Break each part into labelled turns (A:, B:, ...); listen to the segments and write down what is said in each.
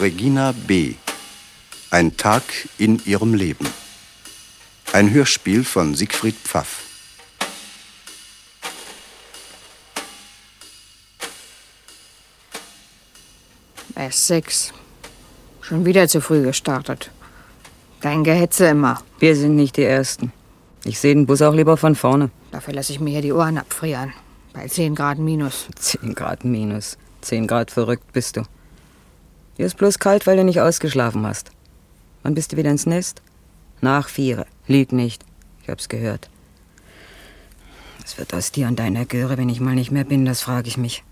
A: Regina B. Ein Tag in ihrem Leben. Ein Hörspiel von Siegfried Pfaff.
B: Erst sechs. Schon wieder zu früh gestartet. Dein Gehetze immer.
C: Wir sind nicht die Ersten. Ich sehe den Bus auch lieber von vorne.
B: Dafür lasse ich mir hier die Ohren abfrieren. Bei 10 Grad minus.
C: 10 Grad minus. 10 Grad verrückt bist du. Dir ist bloß kalt, weil du nicht ausgeschlafen hast. Wann bist du wieder ins Nest? Nach vier. Lüg nicht. Ich hab's gehört. Was wird aus dir und deiner Göre, wenn ich mal nicht mehr bin, das frage ich mich.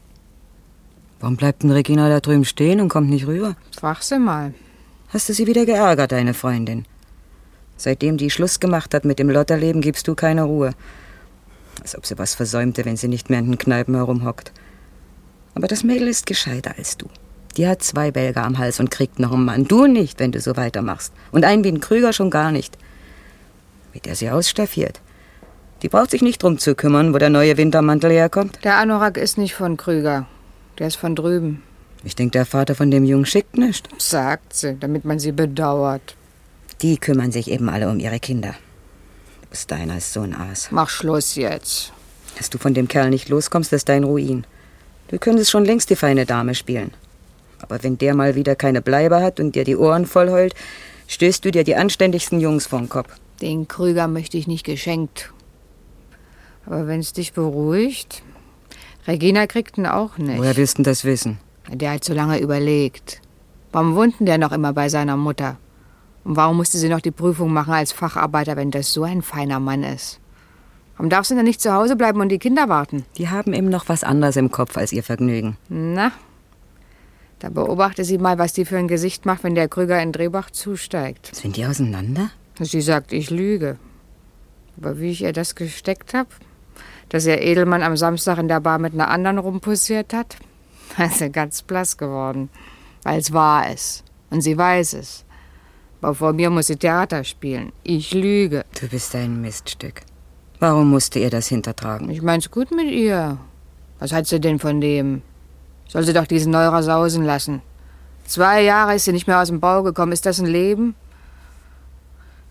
C: Warum bleibt denn Regina da drüben stehen und kommt nicht rüber?
B: Frag sie mal.
C: Hast du sie wieder geärgert, deine Freundin? Seitdem die Schluss gemacht hat mit dem Lotterleben, gibst du keine Ruhe. Als ob sie was versäumte, wenn sie nicht mehr in den Kneipen herumhockt. Aber das Mädel ist gescheiter als du. Die hat zwei Belger am Hals und kriegt noch einen Mann. Du nicht, wenn du so weitermachst. Und einen wie ein Krüger schon gar nicht. Wie der sie ausstaffiert. Die braucht sich nicht drum zu kümmern, wo der neue Wintermantel herkommt.
B: Der Anorak ist nicht von Krüger. Der ist von drüben,
C: Ich denk, der Vater von dem Jungen schickt nicht.
B: sagt sie, damit man sie bedauert.
C: Die kümmern sich eben alle um ihre Kinder. Bis deiner ist so ein Aas.
B: Mach Schluss jetzt.
C: Dass du von dem Kerl nicht loskommst, ist dein Ruin. Du könntest schon längst die feine Dame spielen. Aber wenn der mal wieder keine Bleibe hat und dir die Ohren voll heult, stößt du dir die anständigsten Jungs vom Kopf.
B: Den Krüger möchte ich nicht geschenkt. Aber wenn's dich beruhigt. Regina kriegt ihn auch nicht.
C: Woher willst du denn das wissen?
B: Der hat so lange überlegt. Warum wohnt denn der noch immer bei seiner Mutter? Und warum musste sie noch die Prüfung machen als Facharbeiter, wenn das so ein feiner Mann ist? Warum darf sie denn nicht zu Hause bleiben und die Kinder warten?
C: Die haben eben noch was anderes im Kopf als ihr Vergnügen.
B: Na, da beobachte sie mal, was die für ein Gesicht macht, wenn der Krüger in Drehbach zusteigt.
C: Sind die auseinander?
B: Sie sagt, ich lüge. Aber wie ich ihr das gesteckt habe, dass ihr Edelmann am Samstag in der Bar mit einer anderen rumpussiert hat, da ist sie ganz blass geworden. Weil es wahr ist. Und sie weiß es. Aber vor mir muss sie Theater spielen. Ich lüge.
C: Du bist ein Miststück. Warum musste ihr das hintertragen?
B: Ich mein's gut mit ihr. Was hat sie denn von dem? Soll sie doch diesen Neurer sausen lassen. Zwei Jahre ist sie nicht mehr aus dem Bau gekommen. Ist das ein Leben?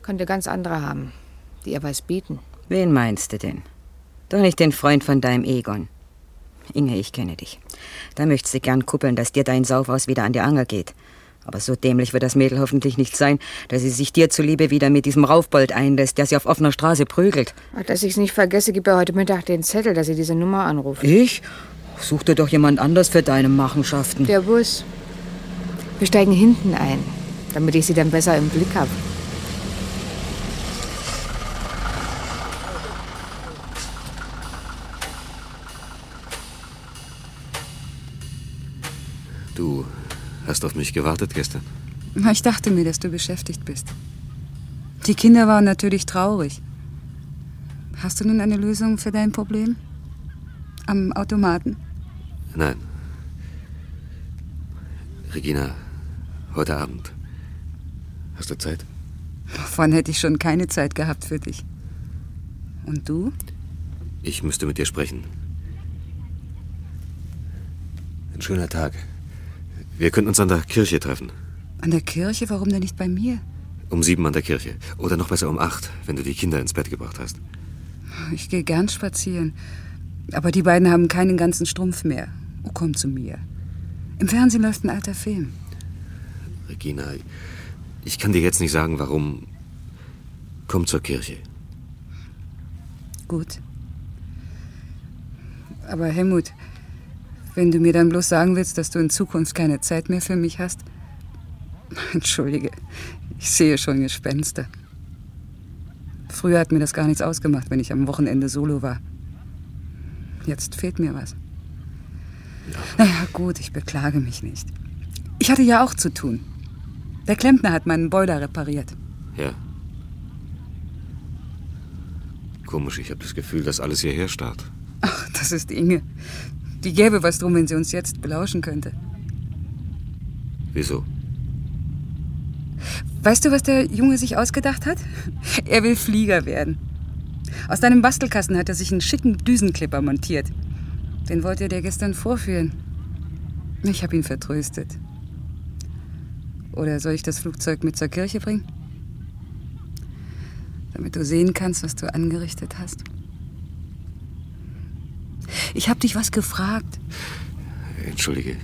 B: Könnte ganz andere haben, die ihr was bieten.
C: Wen meinst du denn? Doch nicht den Freund von deinem Egon. Inge, ich kenne dich. Da möchtest du gern kuppeln, dass dir dein Saufaus wieder an die Angel geht. Aber so dämlich wird das Mädel hoffentlich nicht sein, dass sie sich dir zuliebe wieder mit diesem Raufbold einlässt, der sie auf offener Straße prügelt.
B: Ach, dass ich's nicht vergesse, gib ihr heute Mittag den Zettel, dass sie diese Nummer anruft.
C: Ich? Such dir doch jemand anders für deine Machenschaften.
B: Der Bus. Wir steigen hinten ein, damit ich sie dann besser im Blick habe.
D: Du hast auf mich gewartet gestern.
E: Na, Ich dachte mir, dass du beschäftigt bist. Die Kinder waren natürlich traurig. Hast du nun eine Lösung für dein Problem? Am Automaten?
D: Nein. Regina, heute Abend. Hast du Zeit?
E: Vorhin hätte ich schon keine Zeit gehabt für dich. Und du?
D: Ich müsste mit dir sprechen. Ein schöner Tag. Wir könnten uns an der Kirche treffen.
E: An der Kirche? Warum denn nicht bei mir?
D: Um sieben an der Kirche. Oder noch besser um acht, wenn du die Kinder ins Bett gebracht hast.
E: Ich gehe gern spazieren. Aber die beiden haben keinen ganzen Strumpf mehr. Oh, komm zu mir. Im Fernsehen läuft ein alter Film.
D: Regina, ich kann dir jetzt nicht sagen, warum. Komm zur Kirche.
E: Gut. Aber Helmut, wenn du mir dann bloß sagen willst, dass du in Zukunft keine Zeit mehr für mich hast. Entschuldige, ich sehe schon Gespenster. Früher hat mir das gar nichts ausgemacht, wenn ich am Wochenende solo war. Jetzt fehlt mir was. Naja, gut, ich beklage mich nicht. Ich hatte ja auch zu tun. Der Klempner hat meinen Boiler repariert.
D: Ja. Komisch, ich habe das Gefühl, dass alles hierher starrt.
E: Ach, das ist Inge. Die gäbe was drum, wenn sie uns jetzt belauschen könnte.
D: Wieso?
E: Weißt du, was der Junge sich ausgedacht hat? Er will Flieger werden. Aus deinem Bastelkasten hat er sich einen schicken Düsenclipper montiert. Den wollte er dir gestern vorführen. Ich habe ihn vertröstet. Oder soll ich das Flugzeug mit zur Kirche bringen? Damit du sehen kannst, was du angerichtet hast. Ich habe dich was gefragt.
D: Entschuldige.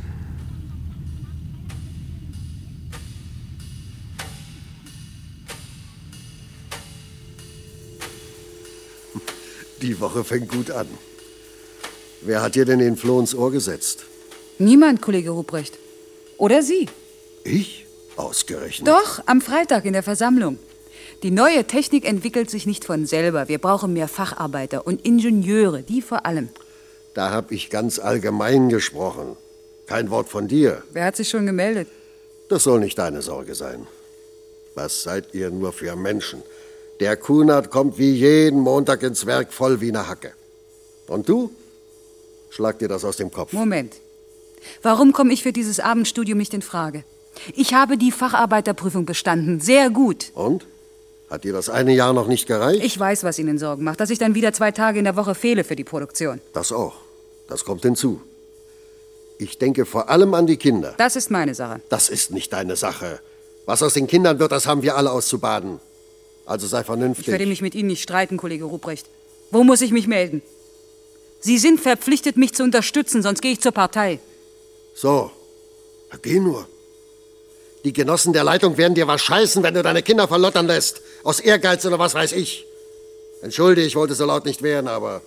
F: Die Woche fängt gut an. Wer hat dir denn den Floh ins Ohr gesetzt?
E: Niemand, Kollege Ruprecht. Oder Sie.
F: Ich? Ausgerechnet.
E: Doch, am Freitag in der Versammlung. Die neue Technik entwickelt sich nicht von selber. Wir brauchen mehr Facharbeiter und Ingenieure, die vor allem.
F: Da hab ich ganz allgemein gesprochen. Kein Wort von dir.
E: Wer hat sich schon gemeldet?
F: Das soll nicht deine Sorge sein. Was seid ihr nur für Menschen? Der Kunert kommt wie jeden Montag ins Werk voll wie eine Hacke. Und du? Schlag dir das aus dem Kopf.
E: Moment. Warum komme ich für dieses Abendstudium nicht in Frage? Ich habe die Facharbeiterprüfung bestanden. Sehr gut.
F: Und? Hat dir das eine Jahr noch nicht gereicht?
E: Ich weiß, was Ihnen Sorgen macht, dass ich dann wieder zwei Tage in der Woche fehle für die Produktion.
F: Das auch. Das kommt hinzu. Ich denke vor allem an die Kinder.
E: Das ist meine Sache.
F: Das ist nicht deine Sache. Was aus den Kindern wird, das haben wir alle auszubaden. Also sei
E: Ich
F: vernünftig.
E: werde mich mit Ihnen nicht streiten, Kollege Ruprecht. Wo muss ich mich melden? Sie sind verpflichtet, mich zu unterstützen, sonst gehe ich zur Partei.
F: so, Na, geh nur. Die Genossen der Leitung werden dir was scheißen, wenn du deine Kinder verlottern lässt. Aus Ehrgeiz oder was weiß ich. Entschuldige, ich wollte so laut nicht werden, aber...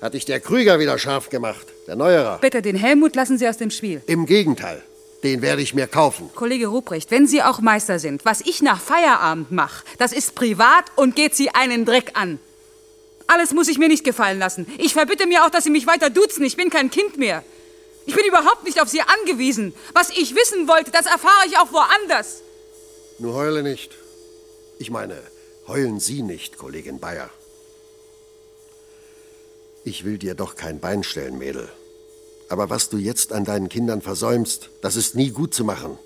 F: Hat dich der Krüger wieder scharf gemacht, der Neuerer.
E: Bitte, den Helmut lassen Sie aus dem Spiel.
F: Im Gegenteil, den werde ich mir kaufen.
E: Kollege Ruprecht, wenn Sie auch Meister sind, was ich nach Feierabend mache, das ist privat und geht Sie einen Dreck an. Alles muss ich mir nicht gefallen lassen. Ich verbitte mir auch, dass Sie mich weiter duzen. Ich bin kein Kind mehr. Ich bin überhaupt nicht auf Sie angewiesen. Was ich wissen wollte, das erfahre ich auch woanders.
F: Nur heule nicht. Ich meine, heulen Sie nicht, Kollegin Bayer. Ich will dir doch kein Bein stellen, Mädel. Aber was du jetzt an deinen Kindern versäumst, das ist nie gut zu machen.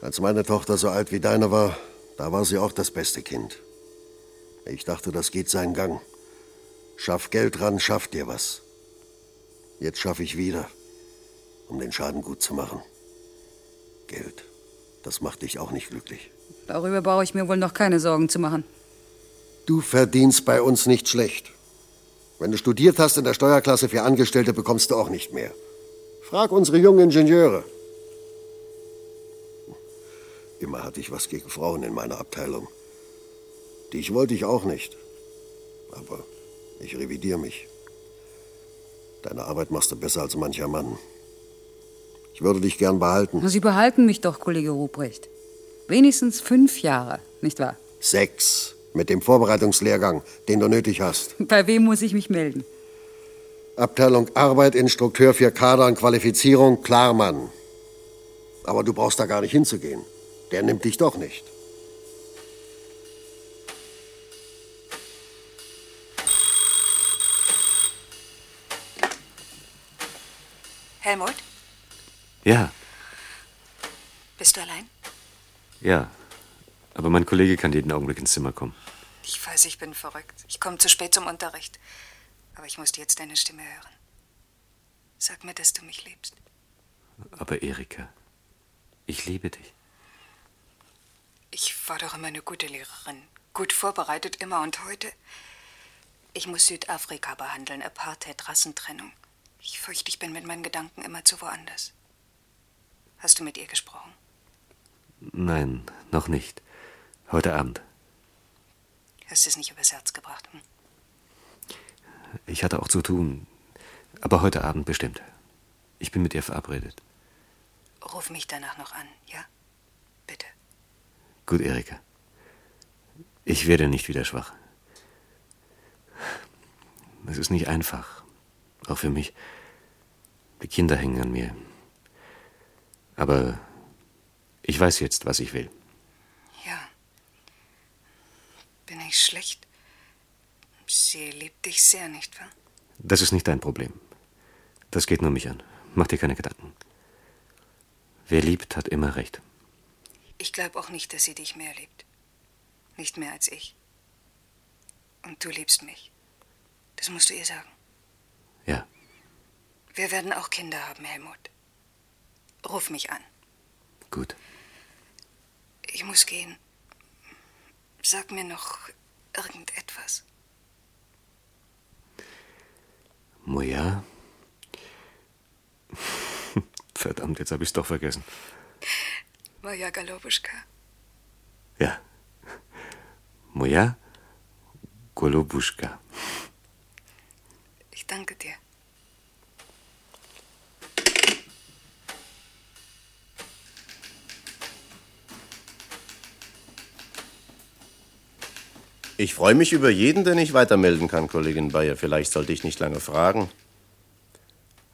F: Als meine Tochter so alt wie deine war, da war sie auch das beste Kind. Ich dachte, das geht seinen Gang. Schaff Geld ran, schaff dir was. Jetzt schaffe ich wieder, um den Schaden gut zu machen. Geld, das macht dich auch nicht glücklich.
E: Darüber brauche ich mir wohl noch keine Sorgen zu machen.
F: Du verdienst bei uns nicht schlecht. Wenn du studiert hast in der Steuerklasse für Angestellte, bekommst du auch nicht mehr. Frag unsere jungen Ingenieure. Immer hatte ich was gegen Frauen in meiner Abteilung. Dich wollte ich auch nicht. Aber ich revidiere mich. Deine Arbeit machst du besser als mancher Mann. Ich würde dich gern behalten.
E: Sie behalten mich doch, Kollege Ruprecht. Wenigstens fünf Jahre, nicht wahr?
F: Sechs. Mit dem Vorbereitungslehrgang, den du nötig hast.
E: Bei wem muss ich mich melden?
F: Abteilung Arbeit, Instrukteur für Kader und Qualifizierung, Klarmann. Aber du brauchst da gar nicht hinzugehen. Der nimmt dich doch nicht.
G: Helmut,
D: Ja,
G: bist du allein?
D: ja. Aber mein Kollege kann jeden Augenblick ins Zimmer kommen.
G: Ich weiß, ich bin verrückt. Ich komme zu spät zum Unterricht. Aber ich musste jetzt deine Stimme hören. Sag mir, dass du mich liebst.
D: Aber Erika, ich liebe dich.
G: Ich war doch immer eine gute Lehrerin. Gut vorbereitet immer und heute. Ich muss Südafrika behandeln, Apartheid, Rassentrennung. Ich fürchte, ich bin mit meinen Gedanken immerzu woanders. Hast du mit ihr gesprochen?
D: Nein, noch nicht. Heute Abend.
G: Hast es nicht übers Herz gebracht? Hm?
D: Ich hatte auch zu tun. Aber heute Abend bestimmt. Ich bin mit ihr verabredet.
G: Ruf mich danach noch an, ja? Bitte.
D: Gut, Erika. Ich werde nicht wieder schwach. Es ist nicht einfach. Auch für mich. Die Kinder hängen an mir. Aber ich weiß jetzt, was ich will.
G: Ja. Bin ich schlecht? Sie liebt dich sehr, nicht wahr?
D: Das ist nicht dein Problem. Das geht nur mich an. Mach dir keine Gedanken. Wer liebt, hat immer recht.
G: Ich glaube auch nicht, dass sie dich mehr liebt. Nicht mehr als ich. Und du liebst mich. Das musst du ihr sagen.
D: Ja.
G: Wir werden auch Kinder haben, Helmut. Ruf mich an.
D: Gut.
G: Ich muss gehen. Sag mir noch irgendetwas.
D: Moja? Verdammt, jetzt habe ich es doch vergessen.
G: Maja Galobuschka.
D: Ja. Moja Golobuschka.
G: Ich danke dir.
H: Ich freue mich über jeden, den ich weitermelden kann, Kollegin Bayer. Vielleicht sollte ich nicht lange fragen.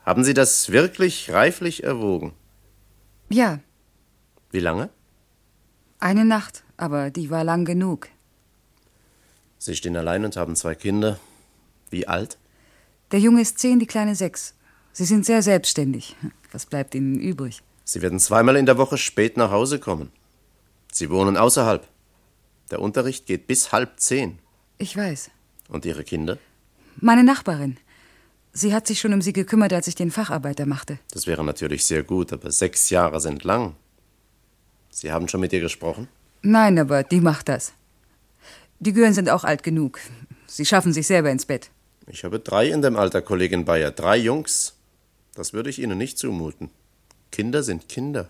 H: Haben Sie das wirklich reiflich erwogen?
E: Ja,
H: Wie lange?
E: eine Nacht, aber die war lang genug.
H: Sie stehen allein und haben zwei Kinder. Wie alt?
E: Der Junge ist zehn, die Kleine sechs. Sie sind sehr selbstständig. Was bleibt ihnen übrig?
H: Sie werden zweimal in der Woche spät nach Hause kommen. Sie wohnen außerhalb. Der Unterricht geht bis halb zehn.
E: Ich weiß.
H: Und Ihre Kinder?
E: Meine Nachbarin. Sie hat sich schon um sie gekümmert, als ich den Facharbeiter machte.
H: Das wäre natürlich sehr gut, aber sechs Jahre sind lang. Sie haben schon mit ihr gesprochen?
E: Nein, aber die macht das. Die Gören sind auch alt genug. Sie schaffen sich selber ins Bett.
H: Ich habe drei in dem Alter, Kollegin Bayer. Drei Jungs. Das würde ich Ihnen nicht zumuten. Kinder sind Kinder.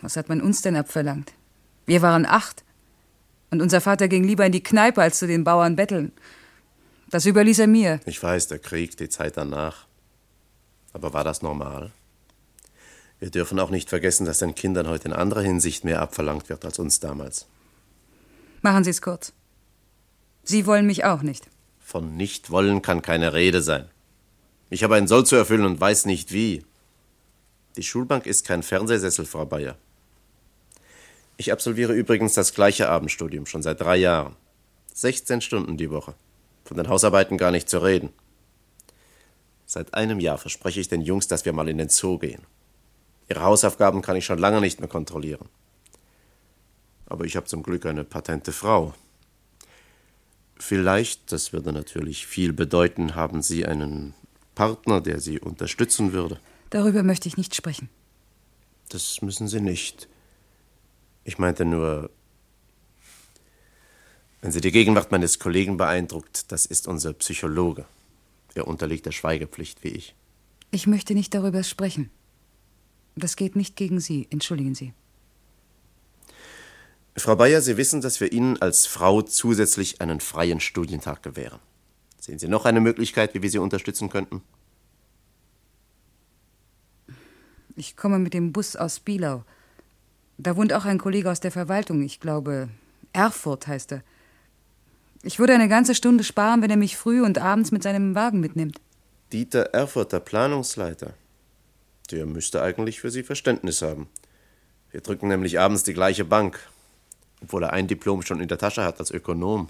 E: Was hat man uns denn abverlangt? Wir waren acht. Und unser Vater ging lieber in die Kneipe, als zu den Bauern betteln. Das überließ er mir.
H: Ich weiß, der Krieg, die Zeit danach. Aber war das normal? Wir dürfen auch nicht vergessen, dass den Kindern heute in anderer Hinsicht mehr abverlangt wird als uns damals.
E: Machen Sie es kurz. Sie wollen mich auch nicht.
H: Von Nichtwollen kann keine Rede sein. Ich habe einen Soll zu erfüllen und weiß nicht wie. Die Schulbank ist kein Fernsehsessel, Frau Bayer. Ich absolviere übrigens das gleiche Abendstudium schon seit drei Jahren. 16 Stunden die Woche. Von den Hausarbeiten gar nicht zu reden. Seit einem Jahr verspreche ich den Jungs, dass wir mal in den Zoo gehen. Ihre Hausaufgaben kann ich schon lange nicht mehr kontrollieren. Aber ich habe zum Glück eine patente Frau. Vielleicht, das würde natürlich viel bedeuten, haben Sie einen Partner, der Sie unterstützen würde.
E: Darüber möchte ich nicht sprechen.
H: Das müssen Sie nicht. Ich meinte nur, wenn Sie die Gegenwart meines Kollegen beeindruckt, das ist unser Psychologe. Er unterliegt der Schweigepflicht wie ich.
E: Ich möchte nicht darüber sprechen. Das geht nicht gegen Sie. Entschuldigen Sie.
H: Frau Bayer, Sie wissen, dass wir Ihnen als Frau zusätzlich einen freien Studientag gewähren. Sehen Sie noch eine Möglichkeit, wie wir Sie unterstützen könnten?
E: Ich komme mit dem Bus aus Spielau. Da wohnt auch ein Kollege aus der Verwaltung. Ich glaube, Erfurt heißt er. Ich würde eine ganze Stunde sparen, wenn er mich früh und abends mit seinem Wagen mitnimmt.
H: Dieter Erfurter, Planungsleiter. Der müsste eigentlich für Sie Verständnis haben. Wir drücken nämlich abends die gleiche Bank, obwohl er ein Diplom schon in der Tasche hat als Ökonom.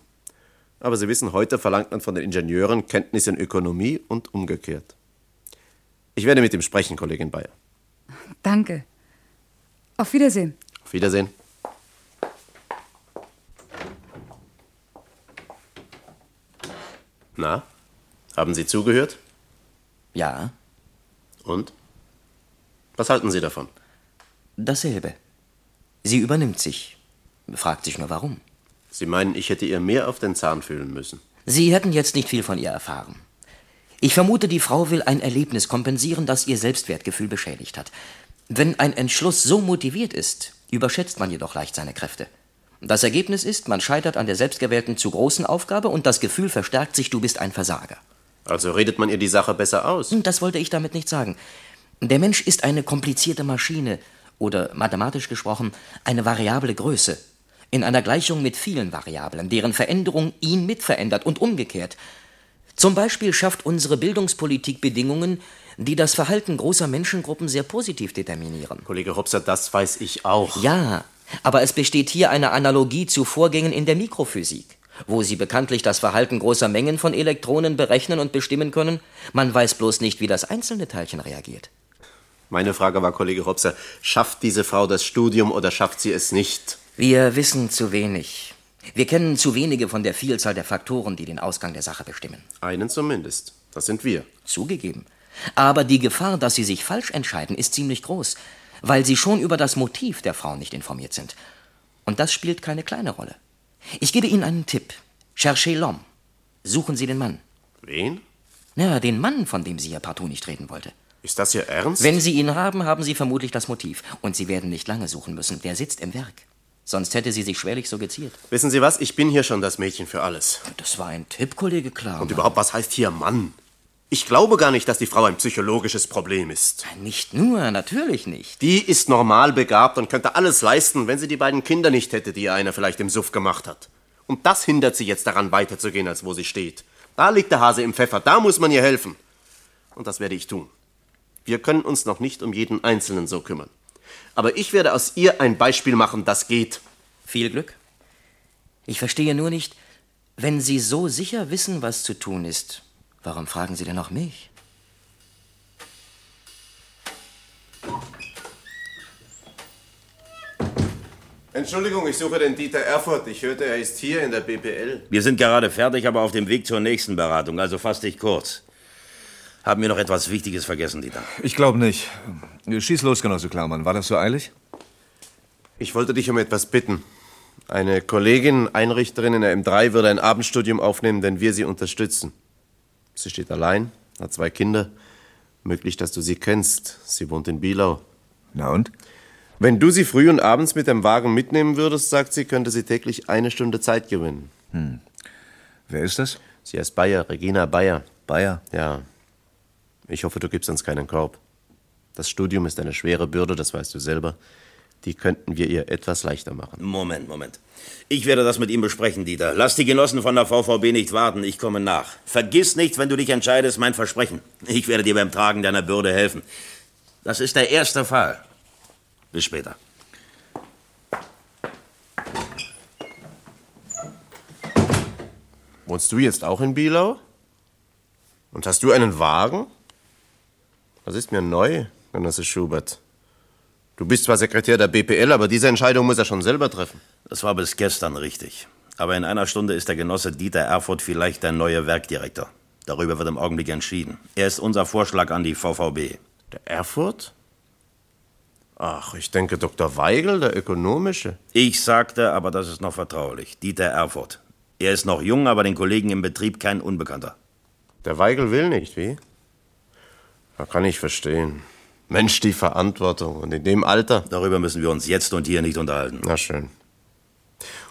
H: Aber Sie wissen, heute verlangt man von den Ingenieuren Kenntnis in Ökonomie und umgekehrt. Ich werde mit ihm sprechen, Kollegin Bayer.
E: Danke. Auf Wiedersehen.
H: Auf Wiedersehen. Na, haben Sie zugehört?
I: Ja,
H: Und? Was halten Sie davon?
I: dasselbe. Sie übernimmt sich. Fragt sich nur warum.
H: Sie meinen, ich hätte ihr mehr auf den Zahn fühlen müssen.
I: Sie hätten jetzt nicht viel von ihr erfahren. Ich vermute, die Frau will ein Erlebnis kompensieren, das ihr Selbstwertgefühl beschädigt hat. Wenn ein Entschluss so motiviert ist, überschätzt man jedoch leicht seine Kräfte. Das Ergebnis ist, man scheitert an der selbstgewählten zu großen Aufgabe und das Gefühl verstärkt sich, du bist ein Versager.
H: Also redet man ihr die Sache besser aus.
I: Und Das wollte ich damit nicht sagen. Der Mensch ist eine komplizierte Maschine oder mathematisch gesprochen eine variable Größe in einer Gleichung mit vielen Variablen, deren Veränderung ihn mitverändert und umgekehrt. Zum Beispiel schafft unsere Bildungspolitik Bedingungen, die das Verhalten großer Menschengruppen sehr positiv determinieren.
H: Kollege Hopser, das weiß ich auch.
I: Ja, aber es besteht hier eine Analogie zu Vorgängen in der Mikrophysik, wo sie bekanntlich das Verhalten großer Mengen von Elektronen berechnen und bestimmen können, man weiß bloß nicht, wie das einzelne Teilchen reagiert.
H: Meine Frage war, Kollege Hopser, schafft diese Frau das Studium oder schafft sie es nicht?
I: Wir wissen zu wenig. Wir kennen zu wenige von der Vielzahl der Faktoren, die den Ausgang der Sache bestimmen.
H: Einen zumindest. Das sind wir.
I: Zugegeben. Aber die Gefahr, dass Sie sich falsch entscheiden, ist ziemlich groß, weil Sie schon über das Motiv der Frau nicht informiert sind. Und das spielt keine kleine Rolle. Ich gebe Ihnen einen Tipp. Cherchez l'homme. Suchen Sie den Mann.
H: Wen?
I: Na, den Mann, von dem sie ja partout nicht reden wollte.
H: Ist das Ihr Ernst?
I: Wenn Sie ihn haben, haben Sie vermutlich das Motiv. Und Sie werden nicht lange suchen müssen. Der sitzt im Werk. Sonst hätte sie sich schwerlich so geziert.
H: Wissen Sie was? Ich bin hier schon das Mädchen für alles.
I: Das war ein Tipp, Kollege Klar.
H: Und überhaupt, was heißt hier Mann? Ich glaube gar nicht, dass die Frau ein psychologisches Problem ist.
I: Nicht nur, natürlich nicht.
H: Die ist normal begabt und könnte alles leisten, wenn sie die beiden Kinder nicht hätte, die ihr einer vielleicht im Suff gemacht hat. Und das hindert sie jetzt daran, weiterzugehen, als wo sie steht. Da liegt der Hase im Pfeffer, da muss man ihr helfen. Und das werde ich tun. Wir können uns noch nicht um jeden Einzelnen so kümmern. Aber ich werde aus ihr ein Beispiel machen, das geht.
I: Viel Glück. Ich verstehe nur nicht, wenn Sie so sicher wissen, was zu tun ist, warum fragen Sie denn auch mich?
H: Entschuldigung, ich suche den Dieter Erfurt. Ich hörte, er ist hier in der BPL.
J: Wir sind gerade fertig, aber auf dem Weg zur nächsten Beratung, also fass dich kurz. Haben wir noch etwas Wichtiges vergessen, Dieter?
K: Ich glaube nicht. Schieß los, Genosse Klaumann. War das so eilig?
H: Ich wollte dich um etwas bitten. Eine Kollegin, Einrichterin in der M3, würde ein Abendstudium aufnehmen, wenn wir sie unterstützen. Sie steht allein, hat zwei Kinder. Möglich, dass du sie kennst. Sie wohnt in Bielau.
K: Na und?
H: Wenn du sie früh und abends mit dem Wagen mitnehmen würdest, sagt sie, könnte sie täglich eine Stunde Zeit gewinnen.
K: Hm. Wer ist das?
H: Sie heißt Bayer, Regina Bayer.
K: Bayer.
H: Ja. Ich hoffe, du gibst uns keinen Korb. Das Studium ist eine schwere Bürde, das weißt du selber. Die könnten wir ihr etwas leichter machen.
J: Moment, Moment. Ich werde das mit ihm besprechen, Dieter. Lass die Genossen von der VVB nicht warten. Ich komme nach. Vergiss nicht, wenn du dich entscheidest, mein Versprechen. Ich werde dir beim Tragen deiner Bürde helfen. Das ist der erste Fall. Bis später.
H: Wohnst du jetzt auch in Bielau? Und hast du einen Wagen? Das ist mir neu, Genosse Schubert. Du bist zwar Sekretär der BPL, aber diese Entscheidung muss er schon selber treffen.
J: Das war bis gestern richtig. Aber in einer Stunde ist der Genosse Dieter Erfurt vielleicht der neue Werkdirektor. Darüber wird im Augenblick entschieden. Er ist unser Vorschlag an die VVB.
H: Der Erfurt? Ach, ich denke Dr. Weigel, der ökonomische.
J: Ich sagte, aber das ist noch vertraulich, Dieter Erfurt. Er ist noch jung, aber den Kollegen im Betrieb kein Unbekannter.
H: Der Weigel will nicht, wie? Da kann ich verstehen. Mensch, die Verantwortung. Und in dem Alter.
J: Darüber müssen wir uns jetzt und hier nicht unterhalten.
H: Na schön.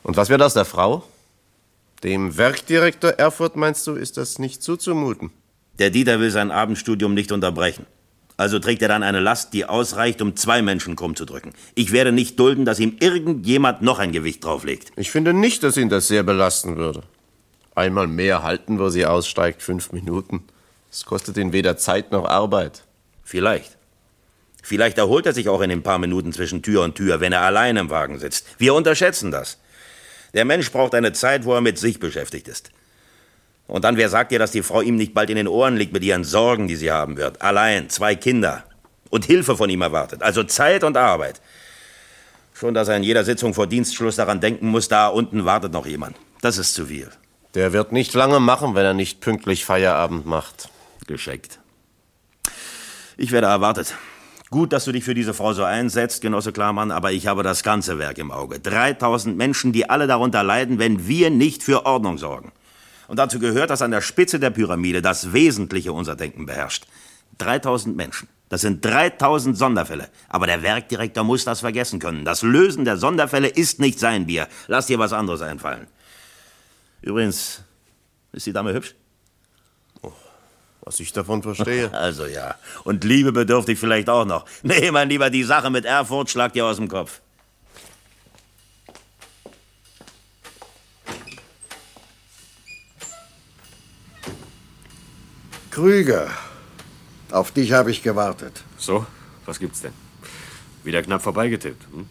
H: Und was wird aus der Frau? Dem Werkdirektor Erfurt, meinst du, ist das nicht zuzumuten?
J: Der Dieter will sein Abendstudium nicht unterbrechen. Also trägt er dann eine Last, die ausreicht, um zwei Menschen krumm zu drücken. Ich werde nicht dulden, dass ihm irgendjemand noch ein Gewicht drauflegt.
H: Ich finde nicht, dass ihn das sehr belasten würde. Einmal mehr halten, wo sie aussteigt, fünf Minuten. Es kostet ihn weder Zeit noch Arbeit.
J: Vielleicht. Vielleicht erholt er sich auch in den paar Minuten zwischen Tür und Tür, wenn er allein im Wagen sitzt. Wir unterschätzen das. Der Mensch braucht eine Zeit, wo er mit sich beschäftigt ist. Und dann, wer sagt dir, dass die Frau ihm nicht bald in den Ohren liegt mit ihren Sorgen, die sie haben wird? Allein, zwei Kinder. Und Hilfe von ihm erwartet. Also Zeit und Arbeit. Schon, dass er in jeder Sitzung vor Dienstschluss daran denken muss, da unten wartet noch jemand. Das ist zu viel.
H: Der wird nicht lange machen, wenn er nicht pünktlich Feierabend macht.
J: Geschenkt. Ich werde erwartet. Gut, dass du dich für diese Frau so einsetzt, Genosse Klarmann, aber ich habe das ganze Werk im Auge. 3000 Menschen, die alle darunter leiden, wenn wir nicht für Ordnung sorgen. Und dazu gehört, dass an der Spitze der Pyramide das Wesentliche unser Denken beherrscht. 3000 Menschen. Das sind 3000 Sonderfälle. Aber der Werkdirektor muss das vergessen können. Das Lösen der Sonderfälle ist nicht sein Bier. Lass dir was anderes einfallen. Übrigens, ist die Dame hübsch?
H: Was ich davon verstehe.
J: Also ja. Und Liebe bedürft ich vielleicht auch noch. Nee, mein Lieber, die Sache mit Erfurt schlag dir aus dem Kopf.
F: Krüger, auf dich habe ich gewartet.
D: So, was gibt's denn? Wieder knapp vorbeigetippt. Hm?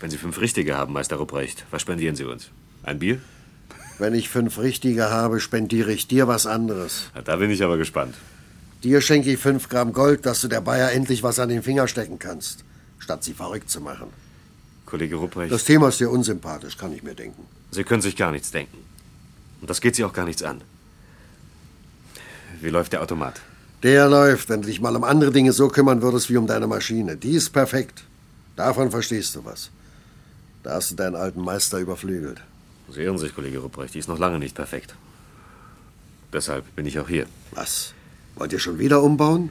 D: Wenn Sie fünf Richtige haben, Meister Rupprecht, was spendieren Sie uns? Ein Bier?
F: Wenn ich fünf Richtige habe, spendiere ich dir was anderes.
D: Na, da bin ich aber gespannt.
F: Dir schenke ich fünf Gramm Gold, dass du der Bayer endlich was an den Finger stecken kannst, statt sie verrückt zu machen.
D: Kollege Rupprecht,
F: Das Thema ist dir unsympathisch, kann ich mir denken.
D: Sie können sich gar nichts denken. Und das geht Sie auch gar nichts an. Wie läuft der Automat?
F: Der läuft, wenn du dich mal um andere Dinge so kümmern würdest wie um deine Maschine. Die ist perfekt. Davon verstehst du was. Da hast du deinen alten Meister überflügelt.
D: Sie irren sich, Kollege Rupprecht. Die ist noch lange nicht perfekt. Deshalb bin ich auch hier.
F: Was? Wollt ihr schon wieder umbauen?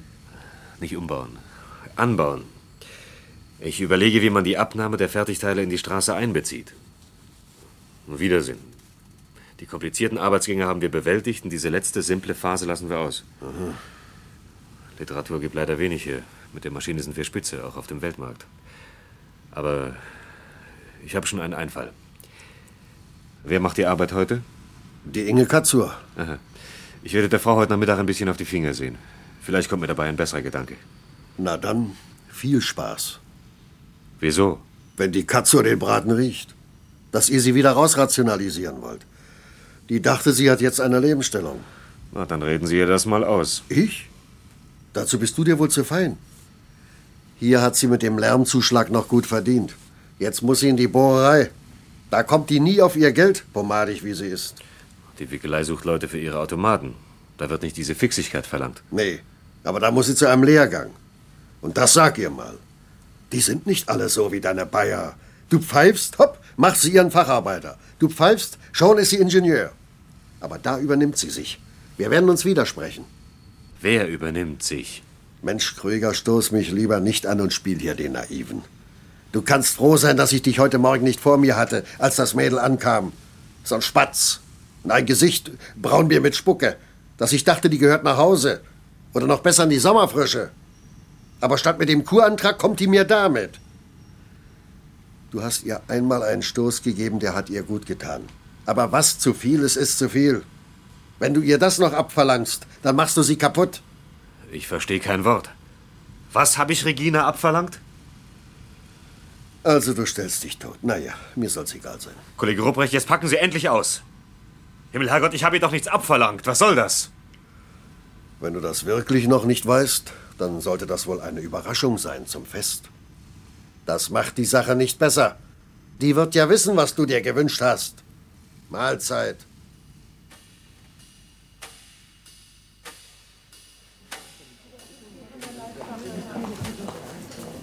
D: Nicht umbauen. Anbauen. Ich überlege, wie man die Abnahme der Fertigteile in die Straße einbezieht. Nur Widersinn. Die komplizierten Arbeitsgänge haben wir bewältigt und diese letzte simple Phase lassen wir aus. Literatur gibt leider wenig hier. Mit der Maschine sind wir spitze, auch auf dem Weltmarkt. Aber ich habe schon einen Einfall. Wer macht die Arbeit heute?
F: Die Inge Katzur.
D: Aha. Ich werde der Frau heute Nachmittag ein bisschen auf die Finger sehen. Vielleicht kommt mir dabei ein besserer Gedanke.
F: Na dann, viel Spaß.
D: Wieso?
F: Wenn die Katzur den Braten riecht, dass ihr sie wieder rausrationalisieren wollt. Die dachte, sie hat jetzt eine Lebensstellung.
D: Na, dann reden Sie ihr das mal aus.
F: Ich? Dazu bist du dir wohl zu fein. Hier hat sie mit dem Lärmzuschlag noch gut verdient. Jetzt muss sie in die Bohrerei. Da kommt die nie auf ihr Geld, pomadig wie sie ist.
D: Die Wickelei sucht Leute für ihre Automaten. Da wird nicht diese Fixigkeit verlangt.
F: Nee, aber da muss sie zu einem Lehrgang. Und das sag ihr mal. Die sind nicht alle so wie deine Bayer. Du pfeifst, hopp, macht sie ihren Facharbeiter. Du pfeifst, schon ist sie Ingenieur. Aber da übernimmt sie sich. Wir werden uns widersprechen.
D: Wer übernimmt sich?
F: Mensch, Kröger, stoß mich lieber nicht an und spiel hier den Naiven. Du kannst froh sein, dass ich dich heute Morgen nicht vor mir hatte, als das Mädel ankam. So ein Spatz. Und ein Gesicht, Braunbier mit Spucke. Dass ich dachte, die gehört nach Hause. Oder noch besser in die Sommerfrische. Aber statt mit dem Kurantrag kommt die mir damit. Du hast ihr einmal einen Stoß gegeben, der hat ihr gut getan. Aber was zu viel ist, ist zu viel. Wenn du ihr das noch abverlangst, dann machst du sie kaputt.
D: Ich verstehe kein Wort. Was habe ich Regina abverlangt?
F: Also du stellst dich tot. Naja, mir soll's egal sein.
D: Kollege Rupprecht, jetzt packen Sie endlich aus. Himmel, Herrgott, ich habe ihr doch nichts abverlangt. Was soll das?
F: Wenn du das wirklich noch nicht weißt, dann sollte das wohl eine Überraschung sein zum Fest. Das macht die Sache nicht besser. Die wird ja wissen, was du dir gewünscht hast. Mahlzeit.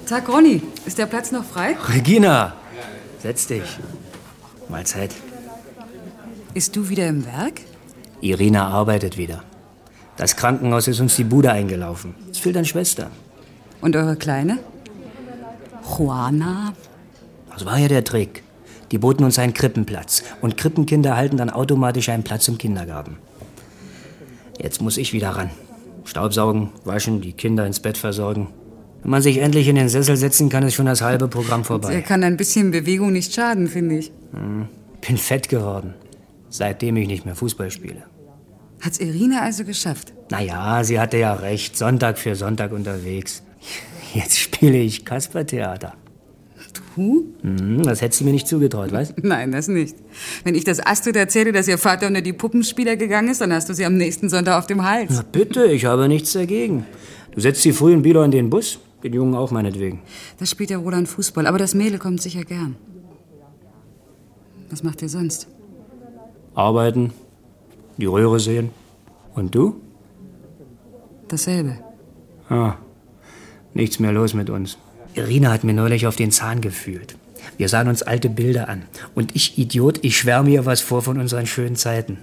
E: Tag, Ronny. Ist der Platz noch frei?
L: Regina, setz dich. Mahlzeit.
E: Ist du wieder im Werk?
L: Irina arbeitet wieder. Das Krankenhaus ist uns die Bude eingelaufen. Es fehlt an Schwester.
E: Und eure Kleine? Juana?
L: Das war ja der Trick. Die boten uns einen Krippenplatz. Und Krippenkinder erhalten dann automatisch einen Platz im Kindergarten. Jetzt muss ich wieder ran. Staubsaugen, waschen, die Kinder ins Bett versorgen. Wenn man sich endlich in den Sessel setzen kann, ist schon das halbe Programm
E: Der
L: vorbei. Hm.
E: kann ein bisschen Bewegung nicht schaden, finde ich.
L: Bin fett geworden, seitdem ich nicht mehr Fußball spiele.
E: Hat's Irina also geschafft?
L: Naja, sie hatte ja recht. Sonntag für Sonntag unterwegs. Jetzt spiele ich Kaspertheater.
E: Du?
L: Hm, das hättest du mir nicht zugetraut, weißt?
E: Nein, das nicht. Wenn ich das Astrid erzähle, dass ihr Vater unter die Puppenspieler gegangen ist, dann hast du sie am nächsten Sonntag auf dem Hals.
L: Na bitte, ich habe nichts dagegen. Du setzt die frühen Bieler in den Bus, den Jungen auch meinetwegen.
E: Da spielt ja Roland Fußball, aber das Mädel kommt sicher gern. Was macht ihr sonst?
L: Arbeiten, die Röhre sehen. Und du?
E: Dasselbe.
L: Ah, nichts mehr los mit uns. Irina hat mir neulich auf den Zahn gefühlt. Wir sahen uns alte Bilder an. Und ich, Idiot, ich schwärme mir was vor von unseren schönen Zeiten.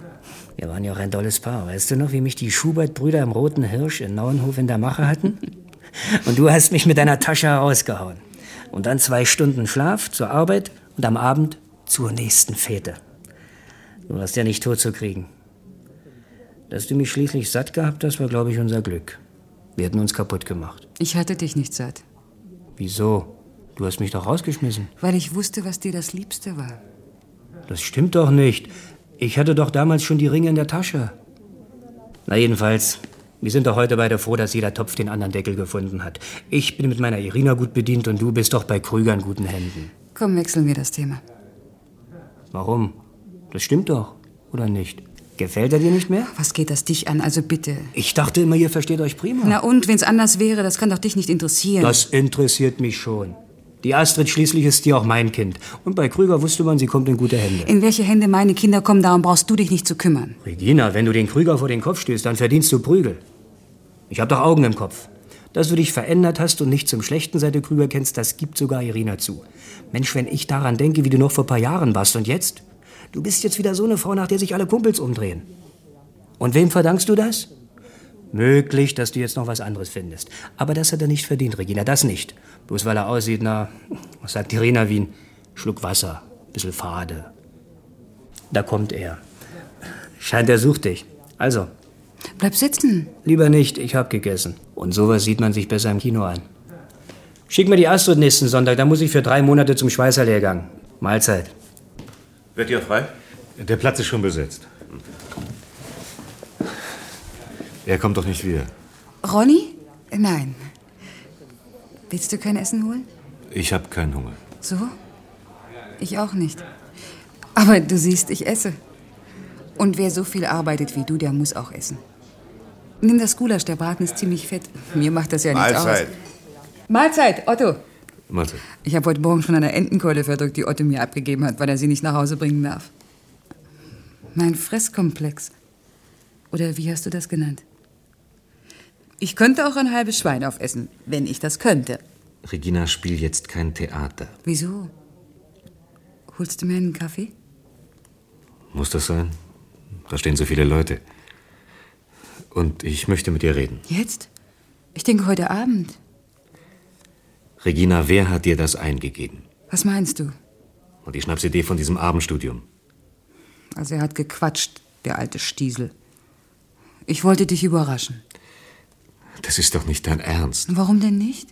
L: Wir waren ja auch ein tolles Paar. Weißt du noch, wie mich die Schubert-Brüder im Roten Hirsch in Nauenhof in der Mache hatten? Und du hast mich mit deiner Tasche herausgehauen. Und dann zwei Stunden Schlaf zur Arbeit und am Abend zur nächsten Fete. Du warst ja nicht tot zu kriegen. Dass du mich schließlich satt gehabt hast, war, glaube ich, unser Glück. Wir hätten uns kaputt gemacht.
E: Ich hatte dich nicht satt,
L: Wieso? Du hast mich doch rausgeschmissen.
E: weil ich wusste, was dir das Liebste war.
L: Das stimmt doch nicht. Ich hatte doch damals schon die Ringe in der Tasche. Na jedenfalls, wir sind doch heute beide froh, dass jeder Topf den anderen Deckel gefunden hat. Ich bin mit meiner Irina gut bedient und du bist doch bei Krüger in guten Händen.
E: Komm, wechseln wir das Thema.
L: Warum? Das stimmt doch, oder nicht? Gefällt er dir nicht mehr?
E: Was geht das dich an? Also bitte.
L: Ich dachte immer, ihr versteht euch prima.
E: Na und, wenn's anders wäre, das kann doch dich nicht interessieren.
L: Das interessiert mich schon. Die Astrid schließlich ist die auch mein Kind. Und bei Krüger wusste man, sie kommt in gute Hände.
E: In welche Hände meine Kinder kommen, darum brauchst du dich nicht zu kümmern.
L: Regina, wenn du den Krüger vor den Kopf stößt, dann verdienst du Prügel. Ich habe doch Augen im Kopf. Dass du dich verändert hast und nicht zum Schlechten seit du Krüger kennst, das gibt sogar Irina zu. Mensch, wenn ich daran denke, wie du noch vor ein paar Jahren warst und jetzt? Du bist jetzt wieder so eine Frau, nach der sich alle Kumpels umdrehen. Und wem verdankst du das? Möglich, dass du jetzt noch was anderes findest. Aber das hat er nicht verdient, Regina, das nicht. Bloß weil er aussieht, na, was sagt Irina Wien? Schluck Wasser, bisschen fade. Da kommt er. Scheint, er sucht dich. Also,
E: Bleib sitzen.
L: Lieber nicht, ich hab gegessen. Und sowas sieht man sich besser im Kino an. Schick mir die Astrid nächsten Sonntag, da muss ich für drei Monate zum Schweißerlehrgang. Mahlzeit.
M: Wird ihr frei?
D: Der Platz ist schon besetzt. Er kommt doch nicht wieder.
E: Ronny? Äh, Nein. Willst du kein Essen holen?
D: Ich habe keinen Hunger.
E: So? Ich auch nicht. Aber du siehst, ich esse. Und wer so viel arbeitet wie du, der muss auch essen. Nimm das Gulasch, der Braten ist ziemlich fett. Mir macht das ja nichts aus. Mahlzeit, Otto.
D: Mathe.
E: Ich habe heute Morgen schon eine Entenkeule verdrückt, die Otto mir abgegeben hat, weil er sie nicht nach Hause bringen darf. Mein Fresskomplex. Oder wie hast du das genannt? Ich könnte auch ein halbes Schwein aufessen, wenn ich das könnte.
D: Regina, spiel jetzt kein Theater.
E: Wieso? Holst du mir einen Kaffee?
D: Muss das sein? Da stehen so viele Leute. Und ich möchte mit dir reden.
E: Jetzt? Ich denke heute Abend.
D: Regina, wer hat dir das eingegeben?
E: Was meinst du?
D: Und die Schnapsidee von diesem Abendstudium.
E: Also er hat gequatscht, der alte Stiesel. Ich wollte dich überraschen.
D: Das ist doch nicht dein Ernst.
E: Warum denn nicht?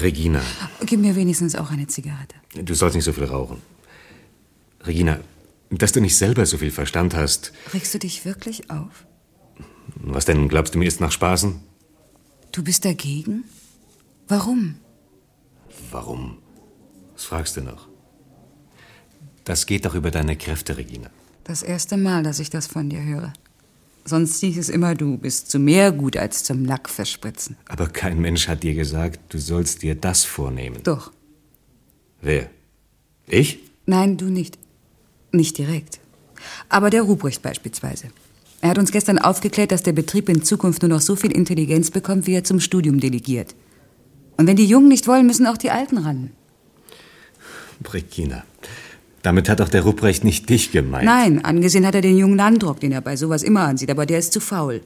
D: Regina,
E: Gib mir wenigstens auch eine Zigarette.
D: du sollst nicht so viel rauchen. Regina, dass du nicht selber so viel Verstand hast.
E: Regst du dich wirklich auf?
D: Was denn, glaubst du, mir ist nach Spaßen?
E: Du bist dagegen? Warum?
D: Warum? Was fragst du noch? Das geht doch über deine Kräfte, Regina.
E: Das erste Mal, dass ich das von dir höre. Sonst hieß es immer, du bist zu mehr gut als zum Lack verspritzen.
D: Aber kein Mensch hat dir gesagt, du sollst dir das vornehmen.
E: Doch.
D: Wer? Ich?
E: Nein, du nicht. Nicht direkt. Aber der Ruprecht beispielsweise. Er hat uns gestern aufgeklärt, dass der Betrieb in Zukunft nur noch so viel Intelligenz bekommt, wie er zum Studium delegiert. Und wenn die Jungen nicht wollen, müssen auch die Alten ran.
D: Regina. Damit hat doch der Ruprecht nicht dich gemeint.
E: Nein, angesehen hat er den jungen Landrock, den er bei sowas immer ansieht, aber der ist zu faul.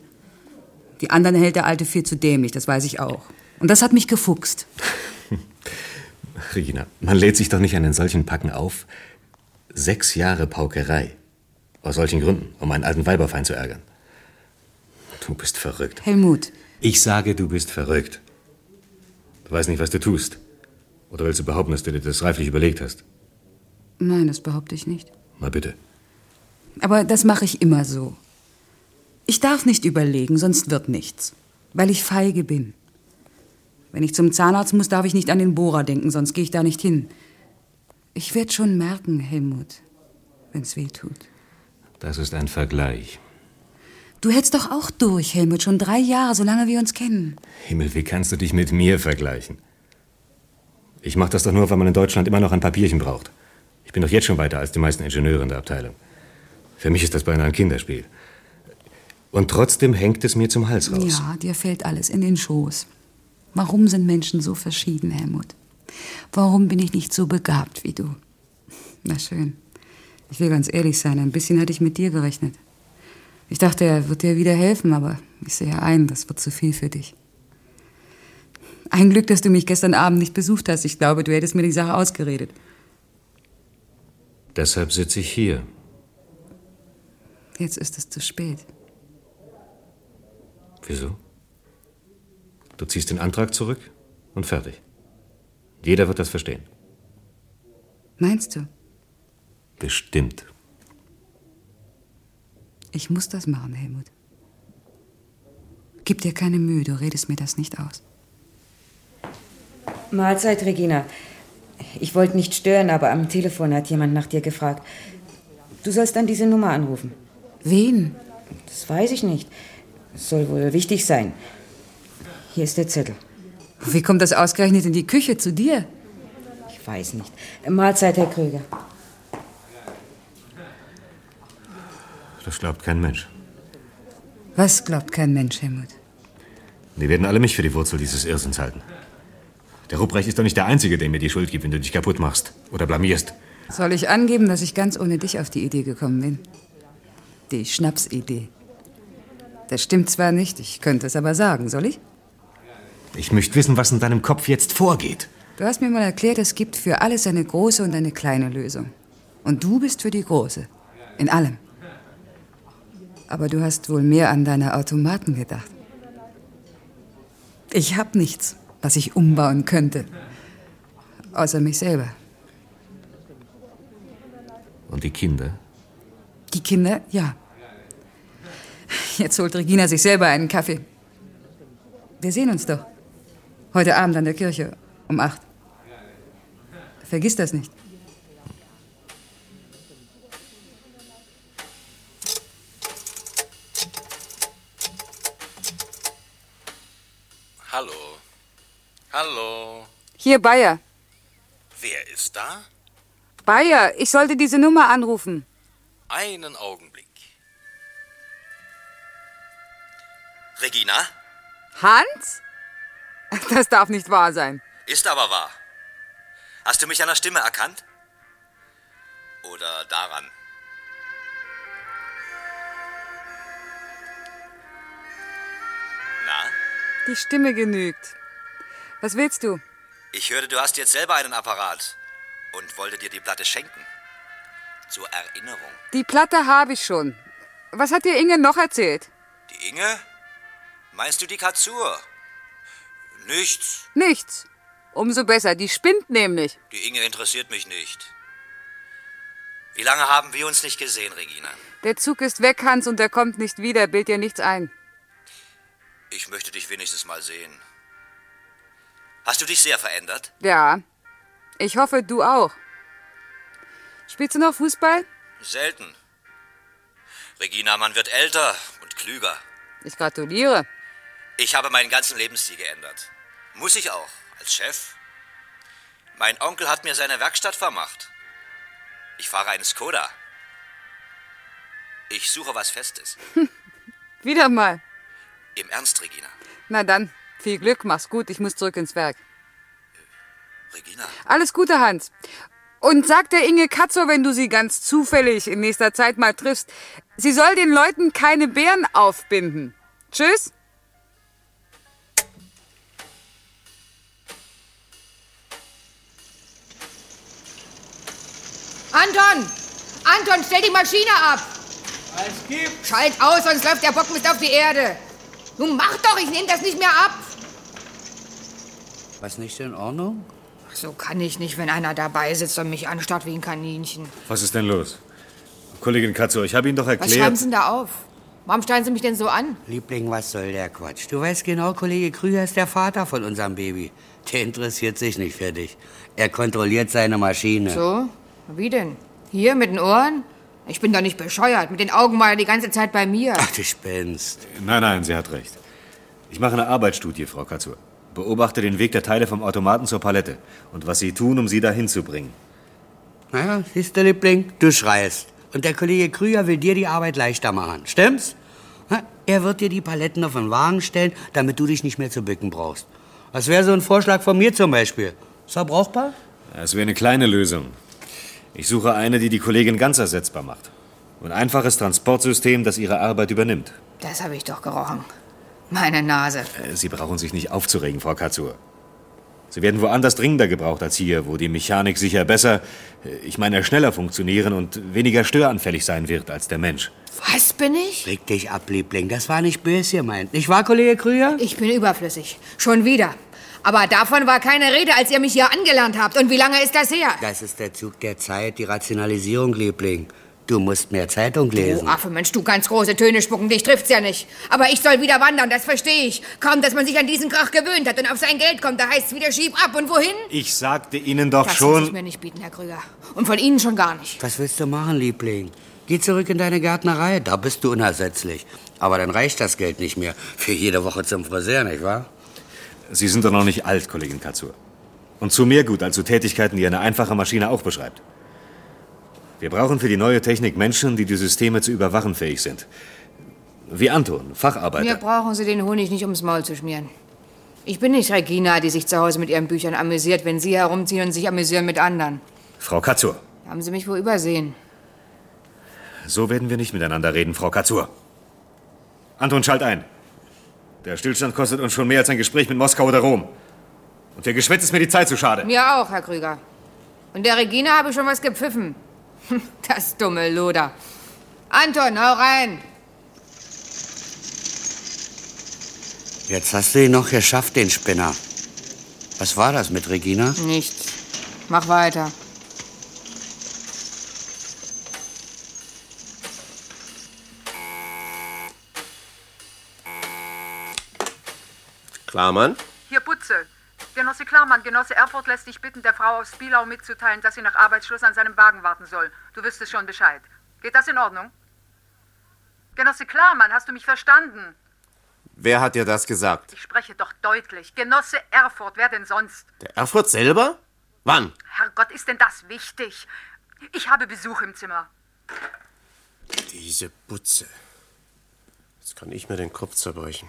E: Die anderen hält der Alte viel zu dämlich, das weiß ich auch. Und das hat mich gefuchst.
D: Regina, man lädt sich doch nicht einen solchen Packen auf. Sechs Jahre Paukerei. Aus solchen Gründen, um einen alten Weiberfeind zu ärgern. Du bist verrückt.
E: Helmut,
D: Ich sage, du bist verrückt. Du weißt nicht, was du tust. Oder willst du behaupten, dass du dir das reiflich überlegt hast?
E: nein, das behaupte ich nicht.
D: Mal bitte.
E: Aber das mache ich immer so. Ich darf nicht überlegen, sonst wird nichts. Weil ich feige bin. Wenn ich zum Zahnarzt muss, darf ich nicht an den Bohrer denken, sonst gehe ich da nicht hin. Ich werde schon merken, Helmut, wenn's weh tut.
D: Das ist ein Vergleich.
E: Du hältst doch auch durch, Helmut, schon drei Jahre, solange wir uns kennen.
D: Himmel, wie kannst du dich mit mir vergleichen? Ich mache das doch nur, weil man in Deutschland immer noch ein Papierchen braucht. Ich bin doch jetzt schon weiter als die meisten Ingenieure in der Abteilung. Für mich ist das beinahe ein Kinderspiel. Und trotzdem hängt es mir zum Hals raus.
E: Ja, dir fällt alles in den Schoß. Warum sind Menschen so verschieden, Helmut? Warum bin ich nicht so begabt wie du? Na schön. Ich will ganz ehrlich sein, ein bisschen hatte ich mit dir gerechnet. Ich dachte, er wird dir wieder helfen, aber ich sehe ein, das wird zu viel für dich. Ein Glück, dass du mich gestern Abend nicht besucht hast. Ich glaube, du hättest mir die Sache ausgeredet.
D: Deshalb sitze ich hier.
E: Jetzt ist es zu spät.
D: Wieso? Du ziehst den Antrag zurück und fertig. Jeder wird das verstehen.
E: Meinst du?
D: Bestimmt.
E: Ich muss das machen, Helmut. Gib dir keine Mühe, du redest mir das nicht aus.
C: Mahlzeit, Regina. Ich wollte nicht stören, aber am Telefon hat jemand nach dir gefragt. Du sollst an diese Nummer anrufen.
E: Wen?
C: Das weiß ich nicht. Es soll wohl wichtig sein. Hier ist der Zettel.
E: Wie kommt das ausgerechnet in die Küche zu dir?
C: Ich weiß nicht. Mahlzeit, Herr Krüger.
D: Das glaubt kein Mensch.
E: Was glaubt kein Mensch, Helmut?
D: Die werden alle mich für die Wurzel dieses Irrsinns halten. Der Ruprecht ist doch nicht der Einzige, der mir die Schuld gibt, wenn du dich kaputt machst oder blamierst.
E: Soll ich angeben, dass ich ganz ohne dich auf die Idee gekommen bin? Die Schnapsidee. Das stimmt zwar nicht, ich könnte es aber sagen, soll ich?
D: Ich möchte wissen, was in deinem Kopf jetzt vorgeht.
E: Du hast mir mal erklärt, es gibt für alles eine große und eine kleine Lösung. Und du bist für die große. In allem. Aber du hast wohl mehr an deine Automaten gedacht. Ich hab nichts, was ich umbauen könnte. Außer mich selber.
D: Und die Kinder?
E: Die Kinder, ja. Jetzt holt Regina sich selber einen Kaffee. Wir sehen uns doch. Heute Abend an der Kirche um acht. Vergiss das nicht.
N: Hallo. Hallo.
E: Hier, Bayer.
N: Wer ist da?
E: Bayer, ich sollte diese Nummer anrufen.
N: Einen Augenblick. Regina?
E: Hans? Das darf nicht wahr sein.
N: Ist aber wahr. Hast du mich an der Stimme erkannt? Oder daran? Na?
E: Die Stimme genügt. Was willst du?
N: Ich hörte, du hast jetzt selber einen Apparat und wollte dir die Platte schenken. Zur Erinnerung.
E: Die Platte habe ich schon. Was hat dir Inge noch erzählt?
N: Die Inge? Meinst du die Katsur? Nichts.
E: Nichts. Umso besser, die spinnt nämlich.
N: Die Inge interessiert mich nicht. Wie lange haben wir uns nicht gesehen, Regina?
E: Der Zug ist weg, Hans, und er kommt nicht wieder. Bild dir nichts ein.
N: Ich möchte dich wenigstens mal sehen. Hast du dich sehr verändert?
E: Ja. Ich hoffe, du auch. Spielst du noch Fußball?
N: Selten. Regina, man wird älter und klüger.
E: Ich gratuliere.
N: Ich habe meinen ganzen Lebensstil geändert. Muss ich auch, als Chef. Mein Onkel hat mir seine Werkstatt vermacht. Ich fahre einen Skoda. Ich suche was Festes.
E: Wieder mal.
N: Im Ernst, Regina.
E: Na dann, viel Glück, mach's gut, ich muss zurück ins Werk.
N: Regina,
E: Alles Gute, Hans. Und sag der Inge Katzow, wenn du sie ganz zufällig in nächster Zeit mal triffst, sie soll den Leuten keine Bären aufbinden. Tschüss.
B: Anton! Anton, stell die Maschine ab!
O: Es gibt.
B: Schalt aus, sonst läuft der Bock mit auf die Erde. Nun mach doch, ich nehme das nicht mehr ab.
O: Was nicht in Ordnung?
B: So kann ich nicht, wenn einer dabei sitzt und mich anstarrt wie ein Kaninchen.
D: Was ist denn los? Kollegin Katzow, ich habe Ihnen doch
B: Was schreiben Sie denn da auf? Warum steigen Sie mich denn so an?
O: Liebling, was soll der Quatsch? Du weißt genau, Kollege Krüger ist der Vater von unserem Baby. Der interessiert sich nicht für dich. Er kontrolliert seine Maschine.
B: So? Wie denn? Hier mit den Ohren? Ich bin doch nicht bescheuert. Mit den Augen war er die ganze Zeit bei mir.
O: Du spinnst.
D: Nein, nein, sie hat recht. Ich mache eine Arbeitsstudie, Frau Katzur. Beobachte den Weg der Teile vom Automaten zur Palette und was sie tun, um sie dahin zu bringen.
O: Naja, siehst du, Liebling, du schreist. Und der Kollege Krüger will dir die Arbeit leichter machen. Stimmt's? Na, Er wird dir die Paletten auf den Wagen stellen, damit du dich nicht mehr zu bücken brauchst. Das wäre so ein Vorschlag von mir zum Beispiel. Ist er brauchbar?
D: Es wäre eine kleine Lösung. Ich suche eine, die die Kollegin ganz ersetzbar macht. Ein einfaches Transportsystem, das ihre Arbeit übernimmt.
B: Das habe ich doch gerochen. Meine Nase.
D: Äh, Sie brauchen sich nicht aufzuregen, Frau Katzur. Sie werden woanders dringender gebraucht als hier, wo die Mechanik sicher besser, äh, ich meine schneller funktionieren und weniger störanfällig sein wird als der Mensch.
B: Was bin ich?
O: Reg dich ab, Liebling. Das war nicht böse gemeint. Nicht wahr, Kollege Krüger?
B: Ich bin überflüssig. Schon wieder. Aber davon war keine Rede, als ihr mich hier angelernt habt. Und wie lange ist das her?
O: Das ist der Zug der Zeit, die Rationalisierung, Liebling. Du musst mehr Zeitung lesen.
B: Du Affe, Mensch, du kannst große Töne spucken, dich trifft's ja nicht. Aber ich soll wieder wandern, das verstehe ich. Kaum, dass man sich an diesen Krach gewöhnt hat und auf sein Geld kommt, da heißt's wieder schieb ab. Und wohin?
D: Ich sagte Ihnen doch
B: das muss ich
D: schon.
B: mir nicht bieten, Herr Krüger. Und von Ihnen schon gar nicht.
O: Was willst du machen, Liebling? Geh zurück in deine Gärtnerei, da bist du unersetzlich. Aber dann reicht das Geld nicht mehr für jede Woche zum Friseur, nicht wahr?
D: Sie sind doch noch nicht alt, Kollegin Katzur. Und zu mehr gut als zu Tätigkeiten, die eine einfache Maschine auch beschreibt. Wir brauchen für die neue Technik Menschen, die die Systeme zu überwachen fähig sind. Wie Anton, Facharbeiter.
A: Mir brauchen Sie den Honig nicht ums Maul zu schmieren. Ich bin nicht Regina, die sich zu Hause mit ihren Büchern amüsiert, wenn Sie herumziehen und sich amüsieren mit anderen.
D: Frau Katzur,
A: Haben Sie mich wohl übersehen?
D: so werden wir nicht miteinander reden, Frau Katzur. Anton, schalt ein. Der Stillstand kostet uns schon mehr als ein Gespräch mit Moskau oder Rom. Und für Geschwätz ist mir die Zeit zu schade.
A: Mir auch, Herr Krüger. Und der Regina habe ich schon was gepfiffen. Das dumme Loder. Anton, hau rein!
O: Jetzt hast du ihn noch geschafft, den Spinner. Was war das mit Regina?
A: Nichts. Mach weiter.
H: Klarmann?
P: Hier Butzel. Genosse Klarmann, Genosse Erfurt lässt dich bitten, der Frau aus Spielau mitzuteilen, dass sie nach Arbeitsschluss an seinem Wagen warten soll. Du wüsstest schon Bescheid. Geht das in Ordnung? Genosse Klarmann, hast du mich verstanden?
H: Wer hat dir das gesagt?
P: Ich spreche doch deutlich. Genosse Erfurt, wer denn sonst?
H: Der Erfurt selber? Wann?
P: Herrgott, ist denn das wichtig? Ich habe Besuch im Zimmer.
H: Diese Butze. Jetzt kann ich mir den Kopf zerbrechen.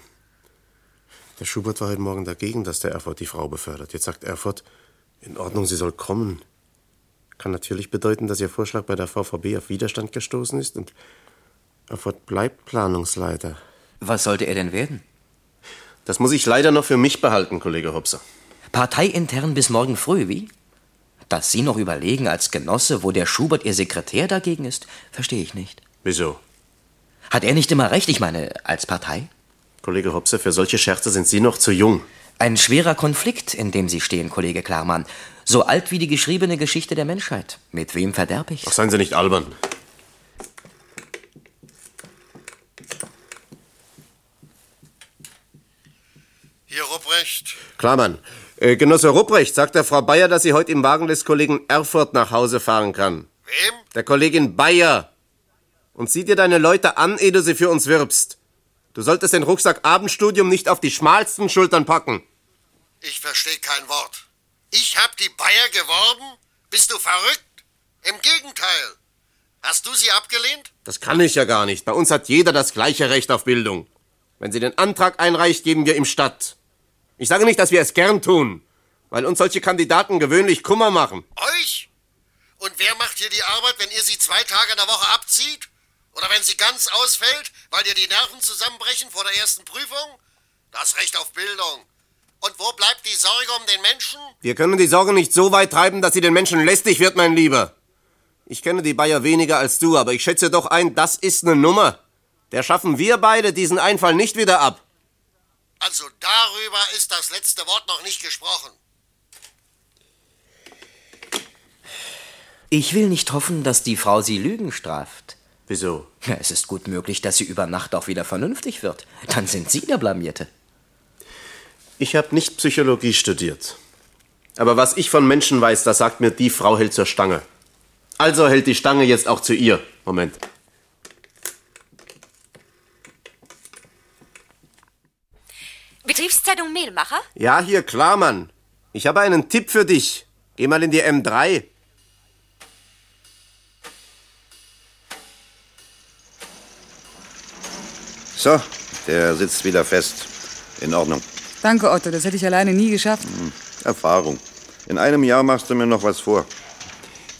H: Der Schubert war heute Morgen dagegen, dass der Erfurt die Frau befördert. Jetzt sagt Erfurt, in Ordnung, sie soll kommen. Kann natürlich bedeuten, dass ihr Vorschlag bei der VVB auf Widerstand gestoßen ist und Erfurt bleibt Planungsleiter.
I: Was sollte er denn werden?
H: Das muss ich leider noch für mich behalten, Kollege Hopser.
I: Parteiintern bis morgen früh, wie? Dass Sie noch überlegen als Genosse, wo der Schubert Ihr Sekretär dagegen ist, verstehe ich nicht.
H: Wieso?
I: Hat er nicht immer recht, ich meine, als Partei?
H: Kollege Hopser, für solche Scherze sind Sie noch zu jung.
I: Ein schwerer Konflikt, in dem Sie stehen, Kollege Klarmann. So alt wie die geschriebene Geschichte der Menschheit. Mit wem verderb ich?
H: Ach, seien Sie nicht albern.
F: Hier, Rupprecht.
H: Klarmann, äh, Genosse Rupprecht sagt der Frau Bayer, dass sie heute im Wagen des Kollegen Erfurt nach Hause fahren kann.
F: Wem?
H: Der Kollegin Bayer. Und sieh dir deine Leute an, ehe du sie für uns wirbst. Du solltest den Rucksack Abendstudium nicht auf die schmalsten Schultern packen.
F: Ich verstehe kein Wort. Ich hab die Bayer geworben? Bist du verrückt? Im Gegenteil. Hast du sie abgelehnt?
H: Das kann ich ja gar nicht. Bei uns hat jeder das gleiche Recht auf Bildung. Wenn sie den Antrag einreicht, geben wir ihm statt. Ich sage nicht, dass wir es gern tun, weil uns solche Kandidaten gewöhnlich Kummer machen.
F: Euch? Und wer macht hier die Arbeit, wenn ihr sie zwei Tage in der Woche abzieht? Oder wenn sie ganz ausfällt, weil ihr die Nerven zusammenbrechen vor der ersten Prüfung? Das Recht auf Bildung. Und wo bleibt die Sorge um den Menschen?
H: Wir können die Sorge nicht so weit treiben, dass sie den Menschen lästig wird, mein Lieber. Ich kenne die Bayer weniger als du, aber ich schätze doch ein, das ist eine Nummer. Der schaffen wir beide diesen Einfall nicht wieder ab.
F: Also darüber ist das letzte Wort noch nicht gesprochen.
I: Ich will nicht hoffen, dass die Frau Sie Lügen straft.
H: Wieso?
I: Ja, es ist gut möglich, dass sie über Nacht auch wieder vernünftig wird. Dann sind Sie der Blamierte.
H: Ich habe nicht Psychologie studiert. Aber was ich von Menschen weiß, das sagt mir, die Frau hält zur Stange. Also hält die Stange jetzt auch zu ihr. Moment.
Q: Betriebszeitung Mehlmacher?
H: Ja, hier, klar, Mann. Ich habe einen Tipp für dich. Geh mal in die M3.
R: So, der sitzt wieder fest. In Ordnung.
E: Danke, Otto, das hätte ich alleine nie geschafft.
R: Erfahrung. In einem Jahr machst du mir noch was vor.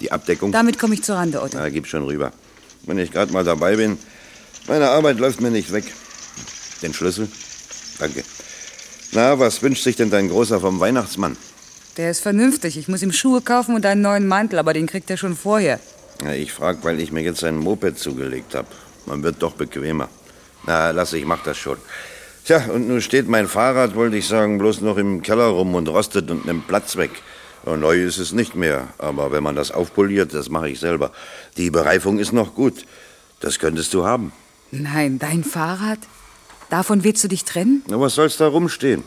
R: Die Abdeckung.
E: Damit komme ich zur Rande, Otto.
R: Na, gib schon rüber. Wenn ich gerade mal dabei bin, meine Arbeit läuft mir nicht weg. Den Schlüssel? Danke. Na, was wünscht sich denn dein Großer vom Weihnachtsmann?
E: Der ist vernünftig. Ich muss ihm Schuhe kaufen und einen neuen Mantel, aber den kriegt er schon vorher.
R: Na, ich frag, weil ich mir jetzt ein Moped zugelegt habe. Man wird doch bequemer. Na, lass, ich mach das schon. Tja, und nun steht mein Fahrrad, wollte ich sagen, bloß noch im Keller rum und rostet und nimmt Platz weg. Und neu ist es nicht mehr, aber wenn man das aufpoliert, das mache ich selber. Die Bereifung ist noch gut. Das könntest du haben.
E: Nein, dein Fahrrad? Davon willst du dich trennen?
R: Na, was soll's da rumstehen?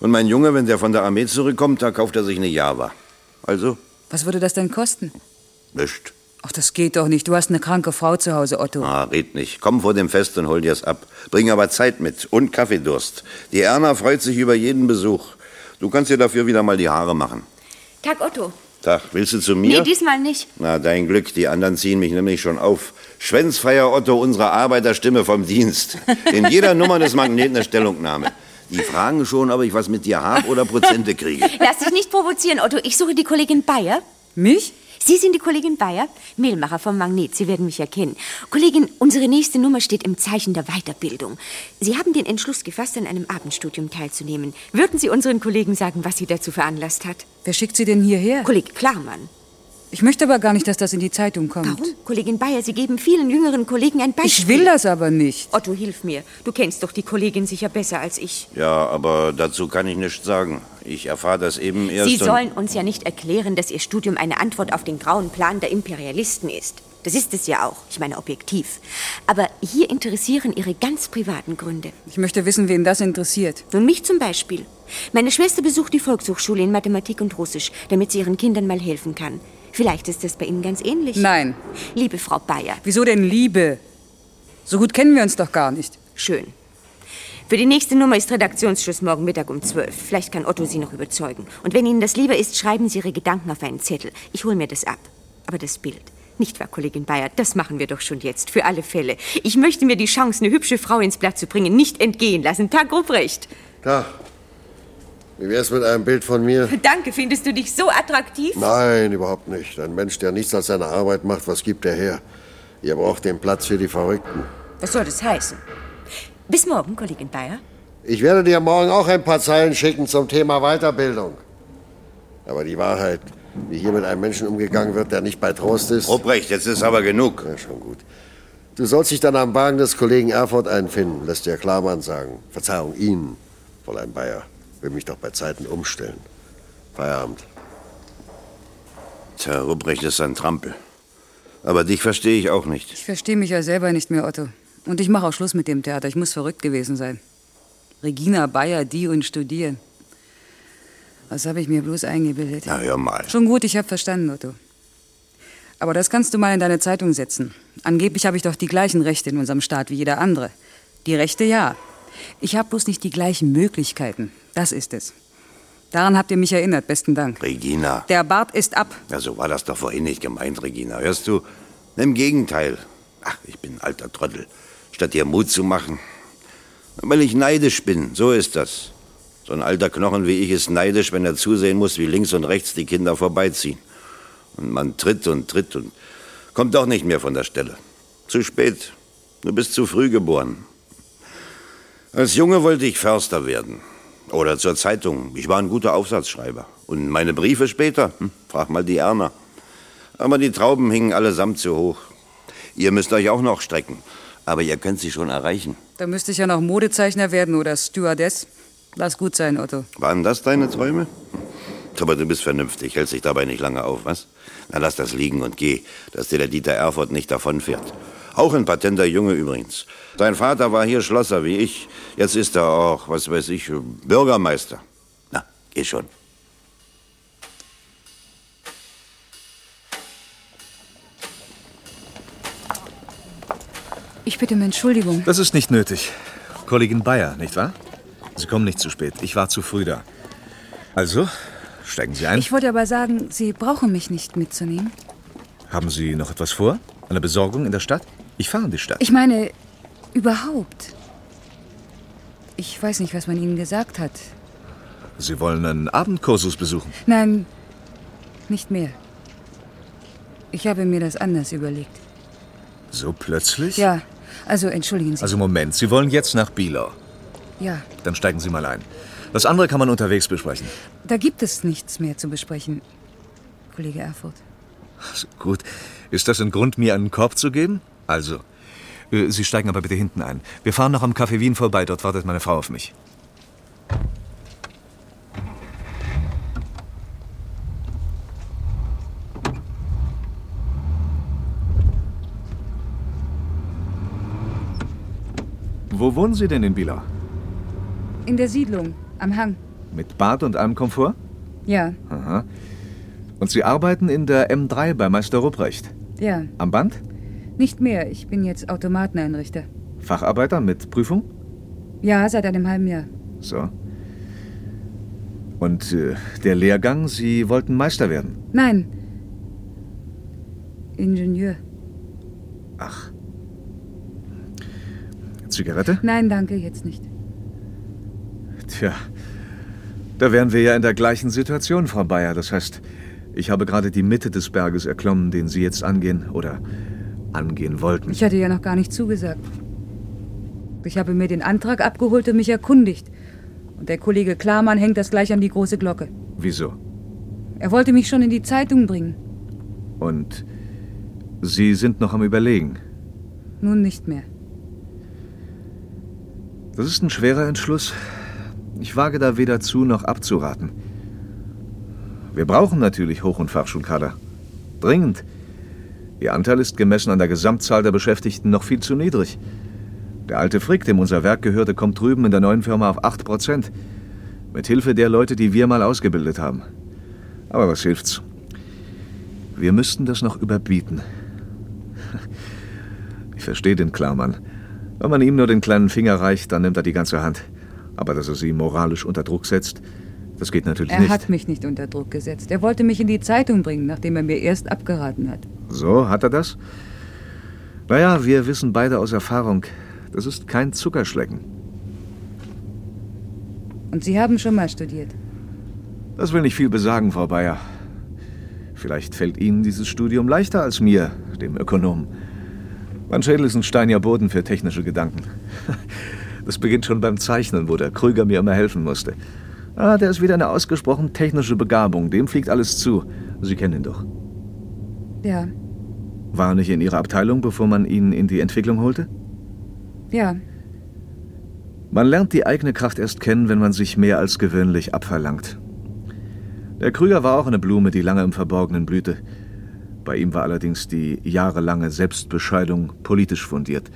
R: Und mein Junge, wenn der von der Armee zurückkommt, da kauft er sich eine Java. Also,
E: Was würde das denn kosten?
R: nicht.
E: Ach, das geht doch nicht. Du hast eine kranke Frau zu Hause, Otto.
R: Ah, red nicht. Komm vor dem Fest und hol dir's ab. Bring aber Zeit mit und Kaffeedurst. Die Erna freut sich über jeden Besuch. Du kannst dir dafür wieder mal die Haare machen.
Q: Tag Otto.
R: Tag, willst du zu mir?
Q: Nee, diesmal nicht.
R: Na, dein Glück, die anderen ziehen mich nämlich schon auf. Schwänzfeier Otto, unsere Arbeiterstimme vom Dienst. In jeder Nummer des Magneten eine Stellungnahme. Die fragen schon, ob ich was mit dir hab oder Prozente kriege.
Q: Lass dich nicht provozieren, Otto. Ich suche die Kollegin Bayer.
E: Mich?
Q: Sie sind die Kollegin Bayer, Mehlmacher vom Magnet. Sie werden mich erkennen. Kollegin, unsere nächste Nummer steht im Zeichen der Weiterbildung. Sie haben den Entschluss gefasst, an einem Abendstudium teilzunehmen. Würden Sie unseren Kollegen sagen, was Sie dazu veranlasst hat?
E: Wer schickt Sie denn hierher?
Q: Kollege Klarmann.
E: Ich möchte aber gar nicht, dass das in die Zeitung kommt.
Q: Warum? Kollegin Bayer, Sie geben vielen jüngeren Kollegen ein Beispiel.
E: Ich will das aber nicht.
Q: Otto, hilf mir. Du kennst doch die Kollegin sicher besser als ich.
R: Ja, aber dazu kann ich nichts sagen. Ich erfahre das eben erst.
Q: Sie
R: und-
Q: sollen uns ja nicht erklären, dass Ihr Studium eine Antwort auf den grauen Plan der Imperialisten ist. Das ist es ja auch. Ich meine objektiv. Aber hier interessieren Ihre ganz privaten Gründe.
E: Ich möchte wissen, wen das interessiert.
Q: Nun mich zum Beispiel. Meine Schwester besucht die Volkshochschule in Mathematik und Russisch, damit sie ihren Kindern mal helfen kann. Vielleicht ist das bei Ihnen ganz ähnlich.
E: Nein.
Q: Liebe Frau Bayer.
E: Wieso denn Liebe? So gut kennen wir uns doch gar nicht.
Q: Schön. Für die nächste Nummer ist Redaktionsschluss morgen Mittag um 12. Vielleicht kann Otto Sie noch überzeugen. Und wenn Ihnen das lieber ist, schreiben Sie Ihre Gedanken auf einen Zettel. Ich hole mir das ab. Aber das Bild. Nicht wahr, Kollegin Bayer? Das machen wir doch schon jetzt, für alle Fälle. Ich möchte mir die Chance, eine hübsche Frau ins Blatt zu bringen, nicht entgehen lassen. Tag Ruprecht.
F: Tag. Wie wär's mit einem Bild von mir?
Q: Danke, findest du dich so attraktiv?
F: Nein, überhaupt nicht. Ein Mensch, der nichts als seine Arbeit macht, was gibt er her? Ihr braucht den Platz für die Verrückten.
Q: Was soll das heißen? Bis morgen, Kollegin Bayer.
F: Ich werde dir morgen auch ein paar Zeilen schicken zum Thema Weiterbildung. Aber die Wahrheit, wie hier mit einem Menschen umgegangen wird, der nicht bei Trost ist.
R: Ruprecht, jetzt ist aber genug.
F: Ja, schon gut. Du sollst dich dann am Wagen des Kollegen Erfurt einfinden, lässt dir Klarmann sagen. Verzeihung, Ihnen, Fräulein Bayer. Will mich doch bei Zeiten umstellen. Feierabend.
R: Tja, Ruprecht ist ein Trampel. Aber dich verstehe ich auch nicht.
E: Ich verstehe mich ja selber nicht mehr, Otto. Und ich mache auch Schluss mit dem Theater. Ich muss verrückt gewesen sein. Regina Bayer, die und studieren. Was habe ich mir bloß eingebildet?
R: Na, hör mal.
E: Schon gut, ich habe verstanden, Otto. Aber das kannst du mal in deine Zeitung setzen. Angeblich habe ich doch die gleichen Rechte in unserem Staat wie jeder andere. Die Rechte ja. Ich habe bloß nicht die gleichen Möglichkeiten. Das ist es. Daran habt ihr mich erinnert, besten Dank.
R: Regina.
E: Der Bart ist ab.
R: Ja, so war das doch vorhin nicht gemeint, Regina. Hörst du? Im Gegenteil. Ach, ich bin ein alter Trottel. Statt dir Mut zu machen. Weil ich neidisch bin, so ist das. So ein alter Knochen wie ich ist neidisch, wenn er zusehen muss, wie links und rechts die Kinder vorbeiziehen. Und man tritt und tritt und kommt doch nicht mehr von der Stelle. Zu spät. Du bist zu früh geboren. Als Junge wollte ich Förster werden. Oder zur Zeitung. Ich war ein guter Aufsatzschreiber. Und meine Briefe später? Hm, frag mal die Erna. Aber die Trauben hingen allesamt zu hoch. Ihr müsst euch auch noch strecken. Aber ihr könnt sie schon erreichen.
E: Da müsste ich ja noch Modezeichner werden oder Stewardess. Lass gut sein, Otto.
R: Waren das deine Träume? Hm. Aber du bist vernünftig, hältst dich dabei nicht lange auf, was? Na, lass das liegen und geh, dass dir der Dieter Erfurt nicht davonfährt. Auch ein patenter Junge übrigens. Dein Vater war hier Schlosser wie ich. Jetzt ist er auch, was weiß ich, Bürgermeister. Na, geh schon.
E: Ich bitte um Entschuldigung.
K: Das ist nicht nötig. Kollegin Bayer, nicht wahr? Sie kommen nicht zu spät. Ich war zu früh da. Also, steigen Sie ein.
E: Ich wollte aber sagen, Sie brauchen mich nicht mitzunehmen.
K: Haben Sie noch etwas vor? Eine Besorgung in der Stadt? Ich fahre in die Stadt.
E: Ich meine, überhaupt. Ich weiß nicht, was man Ihnen gesagt hat.
K: Sie wollen einen Abendkursus besuchen.
E: Nein, nicht mehr. Ich habe mir das anders überlegt.
K: So plötzlich?
E: Ja, also entschuldigen Sie.
K: Also Moment, Sie wollen jetzt nach Bielau.
E: ja,
K: Dann steigen Sie mal ein. Das andere kann man unterwegs besprechen.
E: da gibt es nichts mehr zu besprechen, Kollege Erfurt.
K: Gut, ist das ein Grund, mir einen Korb zu geben? Also, äh, Sie steigen aber bitte hinten ein. Wir fahren noch am Café Wien vorbei, dort wartet meine Frau auf mich. Wo wohnen Sie denn in Bielau?
E: In der Siedlung, am Hang.
K: Mit Bad und allem Komfort?
E: Ja,
K: Aha. Und Sie arbeiten in der M3 bei Meister Rupprecht.
E: Ja,
K: Am Band?
E: nicht mehr. Ich bin jetzt Automateneinrichter.
K: Facharbeiter mit Prüfung?
E: Ja, seit einem halben Jahr.
K: So. Und äh, der Lehrgang, Sie wollten Meister werden.
E: Nein. Ingenieur.
K: Ach. Zigarette?
E: Nein, danke, jetzt nicht.
K: Tja, da wären wir ja in der gleichen Situation, Frau Bayer. Das heißt, ich habe gerade die Mitte des Berges erklommen, den Sie jetzt angehen oder angehen wollten.
E: Ich hatte ja noch gar nicht zugesagt. Ich habe mir den Antrag abgeholt und mich erkundigt. Und der Kollege Klarmann hängt das gleich an die große Glocke.
K: Wieso?
E: Er wollte mich schon in die Zeitung bringen.
K: Und Sie sind noch am Überlegen.
E: Nun nicht mehr.
K: Das ist ein schwerer Entschluss. Ich wage da weder zu noch abzuraten. Wir brauchen natürlich Hoch- und Fachschulkader. Dringend. Ihr Anteil ist gemessen an der Gesamtzahl der Beschäftigten noch viel zu niedrig. Der alte Frick, dem unser Werk gehörte, kommt drüben in der neuen Firma auf 8 Prozent. Mit Hilfe der Leute, die wir mal ausgebildet haben. Aber was hilft's? Wir müssten das noch überbieten. Ich verstehe den Klarmann. Wenn man ihm nur den kleinen Finger reicht, dann nimmt er die ganze Hand. Aber dass er sie moralisch unter Druck setzt, das geht natürlich
E: Er
K: nicht.
E: hat mich nicht unter Druck gesetzt. Er wollte mich in die Zeitung bringen, nachdem er mir erst abgeraten hat.
K: So, hat er das? Naja, wir wissen beide aus Erfahrung, das ist kein Zuckerschlecken.
E: Und Sie haben schon mal studiert.
K: Das will nicht viel besagen, Frau Bayer. Vielleicht fällt Ihnen dieses Studium leichter als mir, dem Ökonomen. Mein Schädel ist ein steiniger Boden für technische Gedanken. Das beginnt schon beim Zeichnen, wo der Krüger mir immer helfen musste. Ah, der ist wieder eine ausgesprochen technische Begabung. Dem fliegt alles zu. Sie kennen ihn doch.
E: Ja,
K: War er nicht in Ihrer Abteilung, bevor man ihn in die Entwicklung holte?
E: ja.
K: Man lernt die eigene Kraft erst kennen, wenn man sich mehr als gewöhnlich abverlangt. Der Krüger war auch eine Blume, die lange im Verborgenen blühte. Bei ihm war allerdings die jahrelange Selbstbescheidung politisch fundiert.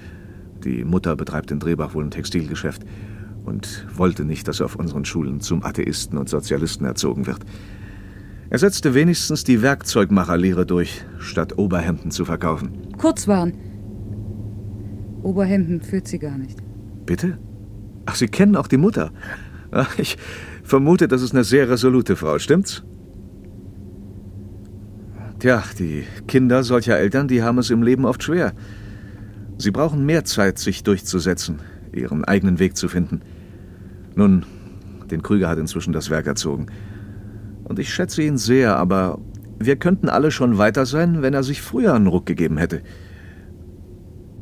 K: Die Mutter betreibt in Drehbach wohl ein Textilgeschäft und wollte nicht, dass er auf unseren Schulen zum Atheisten und Sozialisten erzogen wird. Er setzte wenigstens die Werkzeugmacherlehre durch, statt Oberhemden zu verkaufen.
E: Kurzwaren. Oberhemden führt sie gar nicht.
K: Bitte? Ach, Sie kennen auch die Mutter. Ach, ich vermute, das ist eine sehr resolute Frau, stimmt's? Tja, die Kinder solcher Eltern, die haben es im Leben oft schwer. Sie brauchen mehr Zeit, sich durchzusetzen, ihren eigenen Weg zu finden. Nun, den Krüger hat inzwischen das Werk erzogen. Und ich schätze ihn sehr, aber wir könnten alle schon weiter sein, wenn er sich früher einen Ruck gegeben hätte.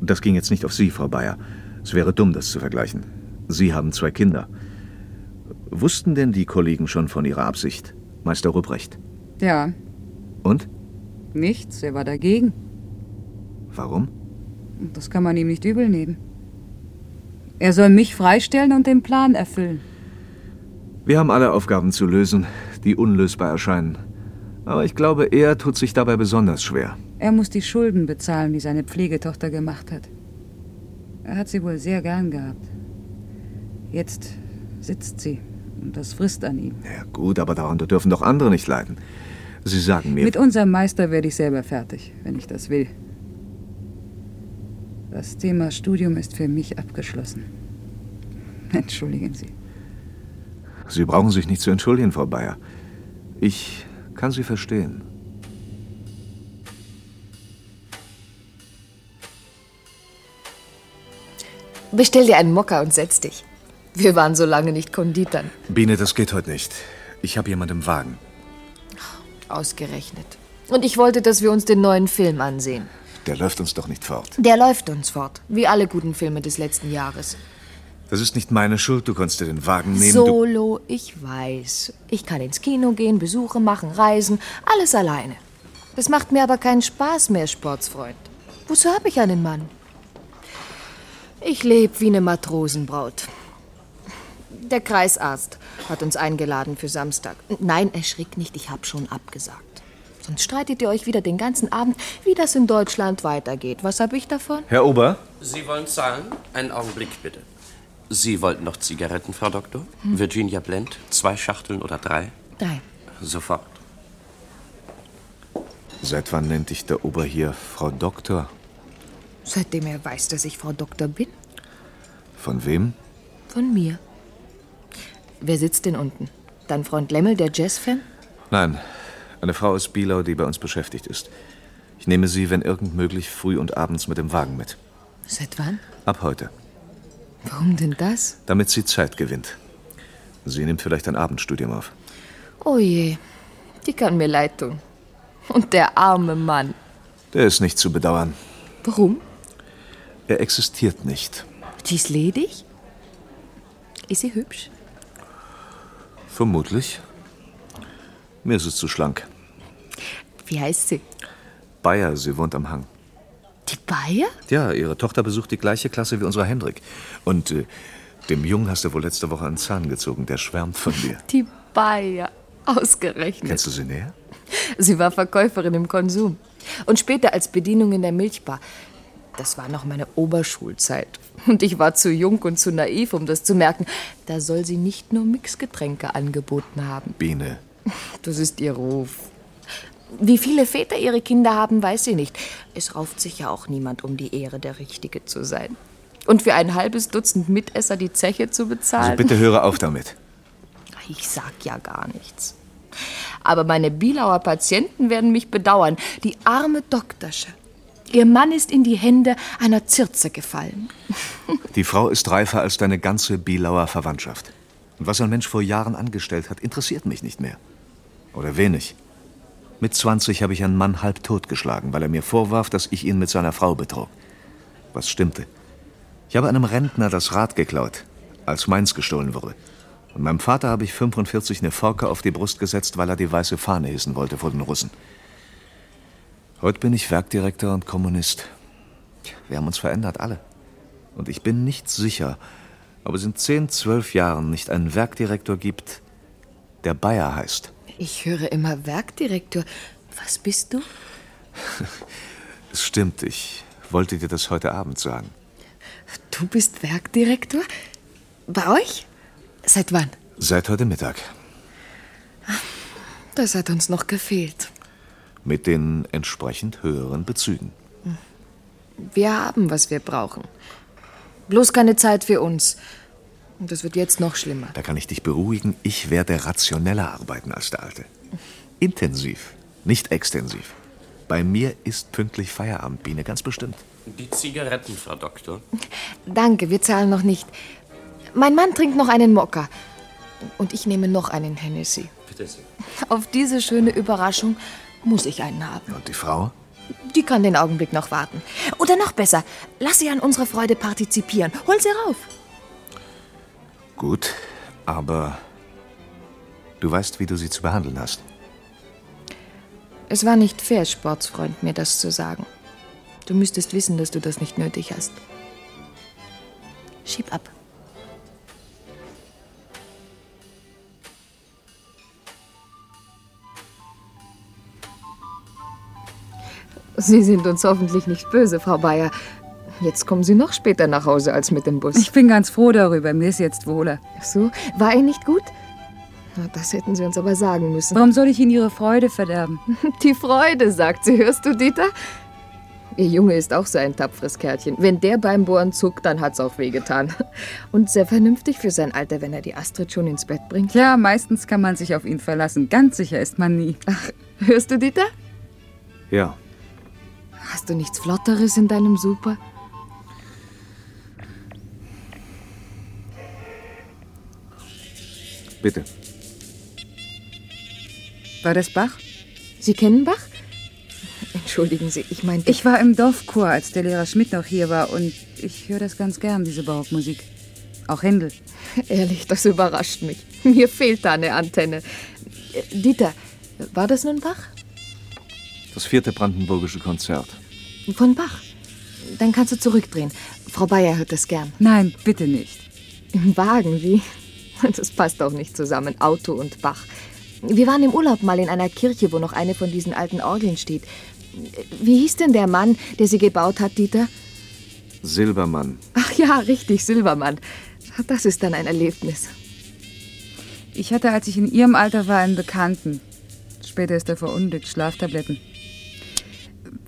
K: Das ging jetzt nicht auf Sie, Frau Bayer. Es wäre dumm, das zu vergleichen. Sie haben zwei Kinder. Wussten denn die Kollegen schon von Ihrer Absicht, Meister Rupprecht?
E: Ja,
K: Und?
E: nichts. Er war dagegen.
K: Warum?
E: Und Das kann man ihm nicht übel nehmen. Er soll mich freistellen und den Plan erfüllen.
K: Wir haben alle Aufgaben zu lösen, die unlösbar erscheinen. Aber ich glaube, er tut sich dabei besonders schwer.
E: Er muss die Schulden bezahlen, die seine Pflegetochter gemacht hat. Er hat sie wohl sehr gern gehabt. Jetzt sitzt sie und das frisst an ihm.
K: Gut, aber darunter dürfen doch andere nicht leiden. Sie sagen mir,
E: Mit unserem Meister werde ich selber fertig, wenn ich das will. Das Thema Studium ist für mich abgeschlossen. Entschuldigen Sie.
K: Sie brauchen sich nicht zu entschuldigen, Frau Bayer. Ich kann Sie verstehen.
S: Bestell dir einen Mokka und setz dich. Wir waren so lange nicht Konditern.
K: Biene, das geht heute nicht. Ich habe jemand im Wagen.
S: Ausgerechnet. Und ich wollte, dass wir uns den neuen Film ansehen.
K: Der läuft uns doch nicht fort.
S: Der läuft uns fort, wie alle guten Filme des letzten Jahres.
K: Das ist nicht meine Schuld. Du konntest dir den Wagen nehmen. Du
S: Solo, ich weiß. Ich kann ins Kino gehen, Besuche machen, reisen, alles alleine. Das macht mir aber keinen Spaß mehr, Sportsfreund. Wozu habe ich einen Mann? Ich lebe wie eine Matrosenbraut. Der Kreisarzt hat uns eingeladen für Samstag. Nein, erschrick nicht, ich habe schon abgesagt. Sonst streitet ihr euch wieder den ganzen Abend, wie das in Deutschland weitergeht. Was habe ich davon?
K: Herr Ober?
T: Sie wollen zahlen? Einen Augenblick bitte. Sie wollten noch Zigaretten, Frau Doktor?
S: Hm.
T: Virginia Blend, zwei Schachteln oder drei?
S: Drei.
T: Sofort.
K: Seit wann nennt dich der Ober hier Frau Doktor?
S: Seitdem er weiß, dass ich Frau Doktor bin?
K: Von wem?
S: Von mir. Wer sitzt denn unten? Dein Freund Lemmel, der Jazzfan?
K: Nein, eine Frau aus Bielau, die bei uns beschäftigt ist. Ich nehme sie, wenn irgend möglich, früh und abends mit dem Wagen mit.
S: Seit wann?
K: Ab heute,
S: Warum denn das?
K: damit sie Zeit gewinnt. Sie nimmt vielleicht ein Abendstudium auf.
S: Oh je, die kann mir leid tun. Und der arme Mann.
K: Der ist nicht zu bedauern.
S: Warum?
K: Er existiert nicht.
S: Die ist ledig? Ist sie hübsch?
K: Vermutlich. Mir ist es zu schlank.
S: Wie heißt sie?
K: Bayer, sie wohnt am Hang.
S: Die Bayer?
K: Ja, ihre Tochter besucht die gleiche Klasse wie unser Hendrik. Und äh, dem Jungen hast du wohl letzte Woche einen Zahn gezogen. Der schwärmt von dir.
S: Die Bayer. Ausgerechnet.
K: Kennst du sie näher?
S: Sie war Verkäuferin im Konsum. Und später als Bedienung in der Milchbar. Das war noch meine Oberschulzeit. Und ich war zu jung und zu naiv, um das zu merken. Da soll sie nicht nur Mixgetränke angeboten haben.
K: Biene.
S: Das ist ihr Ruf. Wie viele Väter ihre Kinder haben, weiß sie nicht. Es rauft sich ja auch niemand um die Ehre, der Richtige zu sein. Und für ein halbes Dutzend Mitesser die Zeche zu bezahlen.
K: Also bitte höre auf damit.
S: Ich sag ja gar nichts. Aber meine Bielauer Patienten werden mich bedauern. Die arme Doktorsche. Ihr Mann ist in die Hände einer Zirze gefallen.
K: Die Frau ist reifer als deine ganze Bielauer Verwandtschaft. Und was ein Mensch vor Jahren angestellt hat, interessiert mich nicht mehr. Oder wenig. Mit 20 habe ich einen Mann halb totgeschlagen, weil er mir vorwarf, dass ich ihn mit seiner Frau betrog. Was stimmte. Ich habe einem Rentner das Rad geklaut, als meins gestohlen wurde. Und meinem Vater habe ich 45 eine Forke auf die Brust gesetzt, weil er die weiße Fahne hissen wollte vor den Russen. Heute bin ich Werkdirektor und Kommunist. Tja, Wir haben uns verändert, alle. Und ich bin nicht sicher, ob es in 10, 12 Jahren nicht einen Werkdirektor gibt, der Bayer heißt.
S: Ich höre immer Werkdirektor. Was bist du?
K: Es stimmt, ich wollte dir das heute Abend sagen.
S: Du bist Werkdirektor? Bei euch? Seit wann?
K: Seit heute Mittag.
S: Das hat uns noch gefehlt.
K: Mit den entsprechend höheren Bezügen.
S: Wir haben, was wir brauchen. Bloß keine Zeit für uns. Und das wird jetzt noch schlimmer.
K: Da kann ich dich beruhigen, ich werde rationeller arbeiten als der Alte. Intensiv, nicht extensiv. Bei mir ist pünktlich Feierabend, Biene, ganz bestimmt.
T: Die Zigaretten, Frau Doktor.
S: Danke, wir zahlen noch nicht. Mein Mann trinkt noch einen Mokka. Und ich nehme noch einen Hennessy.
T: Bitte sehr.
S: Auf diese schöne Überraschung muss ich einen haben.
K: Und die Frau?
S: Die kann den Augenblick noch warten. Oder noch besser, lass sie an unserer Freude partizipieren. Hol sie rauf.
K: Gut, aber du weißt, wie du sie zu behandeln hast.
S: Es war nicht fair, Sportsfreund, mir das zu sagen. Du müsstest wissen, dass du das nicht nötig hast. Schieb ab. Sie sind uns hoffentlich nicht böse, Frau Bayer. Jetzt kommen Sie noch später nach Hause als mit dem Bus.
E: Ich bin ganz froh darüber. Mir ist jetzt wohler.
S: Ach so, war er nicht gut? Na, Das hätten Sie uns aber sagen müssen.
E: Warum soll ich Ihnen Ihre Freude verderben?
S: Die Freude, sagt sie. Hörst du, Dieter? Ihr Junge ist auch so ein tapferes Kerlchen. Wenn der beim Bohren zuckt, dann hat's auch wehgetan. Und sehr vernünftig für sein Alter, wenn er die Astrid schon ins Bett bringt.
E: Ja, meistens kann man sich auf ihn verlassen. Ganz sicher ist man nie.
S: Ach, hörst du, Dieter?
K: Ja,
S: Hast du nichts Flotteres in deinem Super?
K: bitte.
E: War das Bach?
S: Sie kennen Bach? Entschuldigen Sie, ich meinte.
E: Ich war im Dorfchor, als der Lehrer Schmidt noch hier war, und ich höre das ganz gern, diese Barockmusik. Auch Händel.
S: Ehrlich, das überrascht mich. Mir fehlt da eine Antenne. Äh, Dieter, war das nun Bach?
K: Das vierte brandenburgische Konzert.
S: Von Bach. Dann kannst du zurückdrehen. Frau Bayer hört das gern.
E: Nein, bitte nicht.
S: Im Wagen, wie? Das passt auch nicht zusammen, Auto und Bach. Wir waren im Urlaub mal in einer Kirche, wo noch eine von diesen alten Orgeln steht. Wie hieß denn der Mann, der sie gebaut hat, Dieter?
K: Silbermann.
S: Ach ja, richtig, Silbermann. Das ist dann ein Erlebnis.
E: Ich hatte, als ich in Ihrem Alter war, einen Bekannten. Später ist er verunglückt, Schlaftabletten.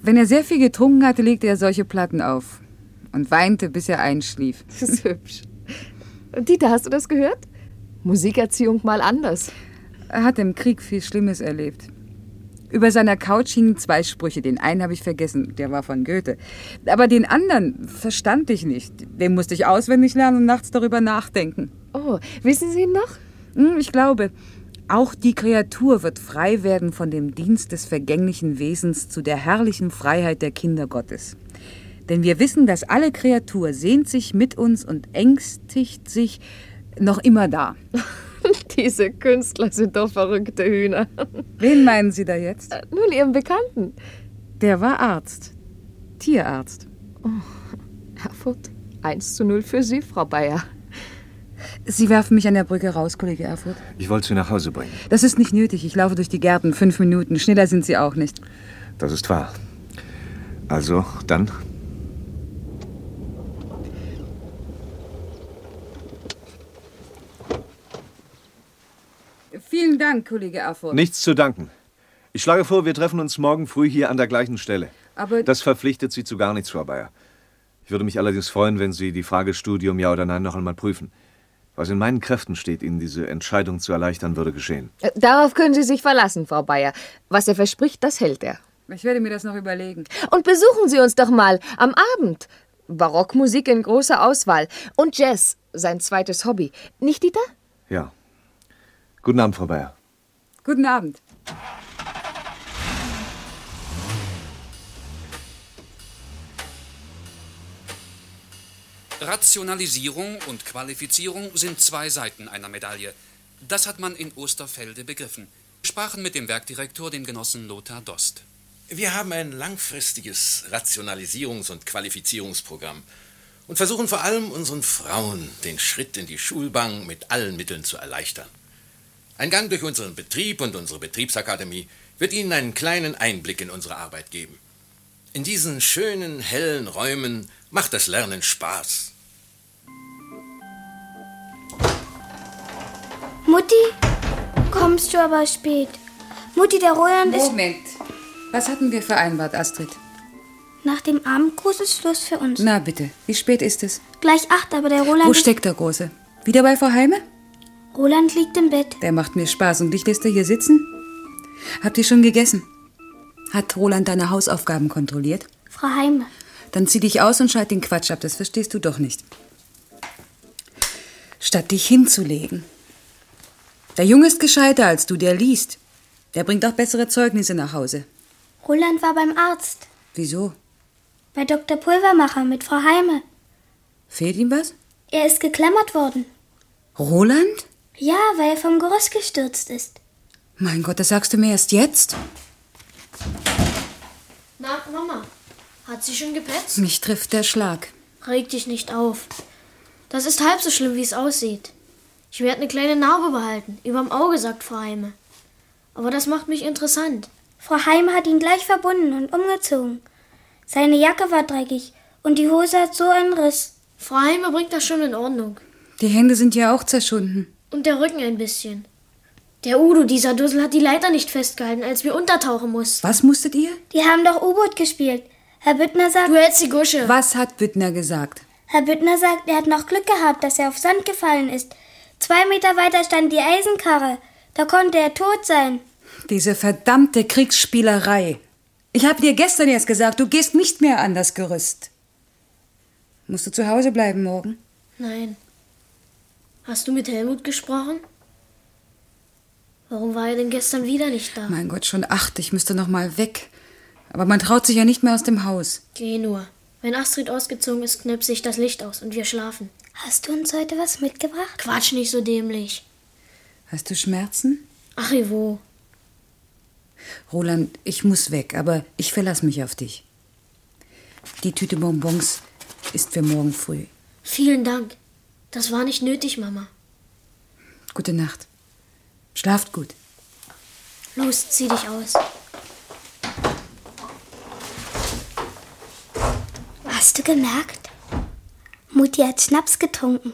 E: Wenn er sehr viel getrunken hatte, legte er solche Platten auf und weinte, bis er einschlief.
S: Das ist hübsch. Dieter, hast du das gehört? Musikerziehung mal anders.
E: Er hat im Krieg viel Schlimmes erlebt. Über seiner Couch hingen zwei Sprüche. Den einen habe ich vergessen, der war von Goethe. Aber den anderen verstand ich nicht. Den musste ich auswendig lernen und nachts darüber nachdenken.
S: Oh, wissen Sie ihn noch?
E: Hm, Ich glaube, auch die Kreatur wird frei werden von dem Dienst des vergänglichen Wesens zu der herrlichen Freiheit der Kinder Gottes. Denn wir wissen, dass alle Kreatur sehnt sich mit uns und ängstigt sich noch immer da.
S: Diese Künstler sind doch verrückte Hühner.
E: Wen meinen Sie da jetzt?
S: Äh, Nun Ihren Bekannten.
E: Der war Arzt. Tierarzt.
S: Erfurt, 1 Oh, zu 0 für Sie, Frau Bayer.
E: Sie werfen mich an der Brücke raus, Kollege Erfurt.
K: Ich wollte sie nach Hause bringen.
E: Das ist nicht nötig. Ich laufe durch die Gärten. Fünf Minuten. Schneller sind Sie auch nicht.
K: Das ist wahr. Also, dann.
E: Vielen Dank, Kollege Erfurt.
K: Nichts zu danken. Ich schlage vor, wir treffen uns morgen früh hier an der gleichen Stelle.
E: Aber-
K: das verpflichtet Sie zu gar nichts, Frau Bayer. Ich würde mich allerdings freuen, wenn Sie die Frage Studium ja oder nein noch einmal prüfen. Was in meinen Kräften steht, Ihnen diese Entscheidung zu erleichtern, würde geschehen.
S: Äh, Darauf können Sie sich verlassen, Frau Bayer. Was er verspricht, das hält er.
E: Ich werde mir das noch überlegen.
S: Und besuchen Sie uns doch mal am Abend. Barockmusik in großer Auswahl. Und Jazz, sein zweites Hobby. Nicht, Dieter?
K: Ja. Guten Abend, Frau Bayer.
E: Guten Abend.
U: Rationalisierung und Qualifizierung sind zwei Seiten einer Medaille. Das hat man in Osterfelde begriffen. Wir sprachen mit dem Werkdirektor, dem Genossen Lothar Dost.
V: Wir haben ein langfristiges Rationalisierungs- und Qualifizierungsprogramm und versuchen vor allem unseren Frauen den Schritt in die Schulbank mit allen Mitteln zu erleichtern. Ein Gang durch unseren Betrieb und unsere Betriebsakademie wird Ihnen einen kleinen Einblick in unsere Arbeit geben. In diesen schönen, hellen Räumen macht das Lernen Spaß.
W: Mutti, kommst du aber spät. Mutti, der Roland ist...
E: Moment. Was hatten wir vereinbart, Astrid?
W: Nach dem Abendgruß ist Schluss für uns.
E: Na bitte, wie spät ist es?
W: Gleich acht, aber der Roland
E: Wo
W: ist...
E: steckt der Große? Wieder bei Frau Heime?
W: Roland liegt im Bett.
E: Der macht mir Spaß. Und dich lässt er hier sitzen? Habt ihr schon gegessen? Hat Roland deine Hausaufgaben kontrolliert?
W: Frau Heime.
E: Dann zieh dich aus und schalt den Quatsch ab. Das verstehst du doch nicht. Statt dich hinzulegen. Der Junge ist gescheiter als du, der liest. Der bringt auch bessere Zeugnisse nach Hause.
W: Roland war beim Arzt.
E: Wieso?
W: Bei Dr. Pulvermacher mit Frau Heime.
E: Fehlt ihm was?
W: Er ist geklammert worden.
E: Roland?
W: Ja, weil er vom Gerüst gestürzt ist.
E: Mein Gott, das sagst du mir erst jetzt?
W: Na, Mama, hat sie schon gepetzt?
E: Mich trifft der Schlag.
W: Reg dich nicht auf. Das ist halb so schlimm, wie es aussieht. Ich werde eine kleine Narbe behalten, überm Auge, sagt Frau Heime. Aber das macht mich interessant. Frau Heime hat ihn gleich verbunden und umgezogen. Seine Jacke war dreckig und die Hose hat so einen Riss. Frau Heime bringt das schon in Ordnung.
E: Die Hände sind ja auch zerschunden.
W: Und der Rücken ein bisschen. Der Udo, dieser Dussel, hat die Leiter nicht festgehalten, als wir untertauchen mussten.
E: Was musstet ihr?
W: Die haben doch U-Boot gespielt. Herr Büttner sagt... Du hältst die Gusche.
E: Was hat Büttner gesagt?
W: Herr Büttner sagt, er hat noch Glück gehabt, dass er auf Sand gefallen ist. Zwei Meter weiter stand die Eisenkarre. Da konnte er tot sein.
E: Diese verdammte Kriegsspielerei. Ich habe dir gestern erst gesagt, du gehst nicht mehr an das Gerüst. Musst du zu Hause bleiben morgen?
W: Nein. Hast du mit Helmut gesprochen? Warum war er denn gestern wieder nicht da?
E: Mein Gott, schon acht, ich müsste noch mal weg. Aber man traut sich ja nicht mehr aus dem Haus.
W: Geh nur. Wenn Astrid ausgezogen ist, knipse ich das Licht aus und wir schlafen. Hast du uns heute was mitgebracht? Quatsch nicht so dämlich.
E: Hast du Schmerzen?
W: Ach, Ivo.
E: Roland, ich muss weg, aber ich verlasse mich auf dich. Die Tüte Bonbons ist für morgen früh.
W: Vielen Dank. Das war nicht nötig, Mama.
E: Gute Nacht. Schlaft gut.
W: Los, zieh dich aus. Hast du gemerkt? Mutti hat Schnaps getrunken.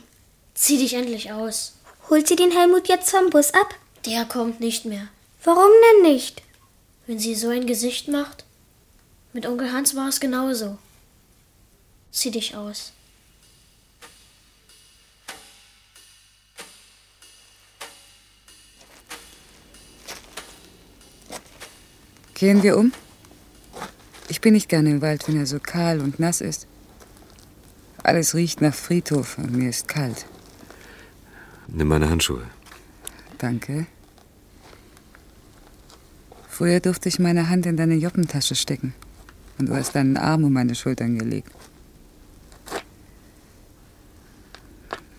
W: Zieh dich endlich aus. Holt sie den Helmut jetzt vom Bus ab? Der kommt nicht mehr. Warum denn nicht? Wenn sie so ein Gesicht macht, Mit Onkel Hans war es genauso. Zieh dich aus.
E: Kehren wir um? Ich bin nicht gerne im Wald, wenn er so kahl und nass ist. Alles riecht nach Friedhof und mir ist kalt.
D: Nimm meine Handschuhe.
E: Danke. Früher durfte ich meine Hand in deine Joppentasche stecken. Und du hast deinen Arm um meine Schultern gelegt.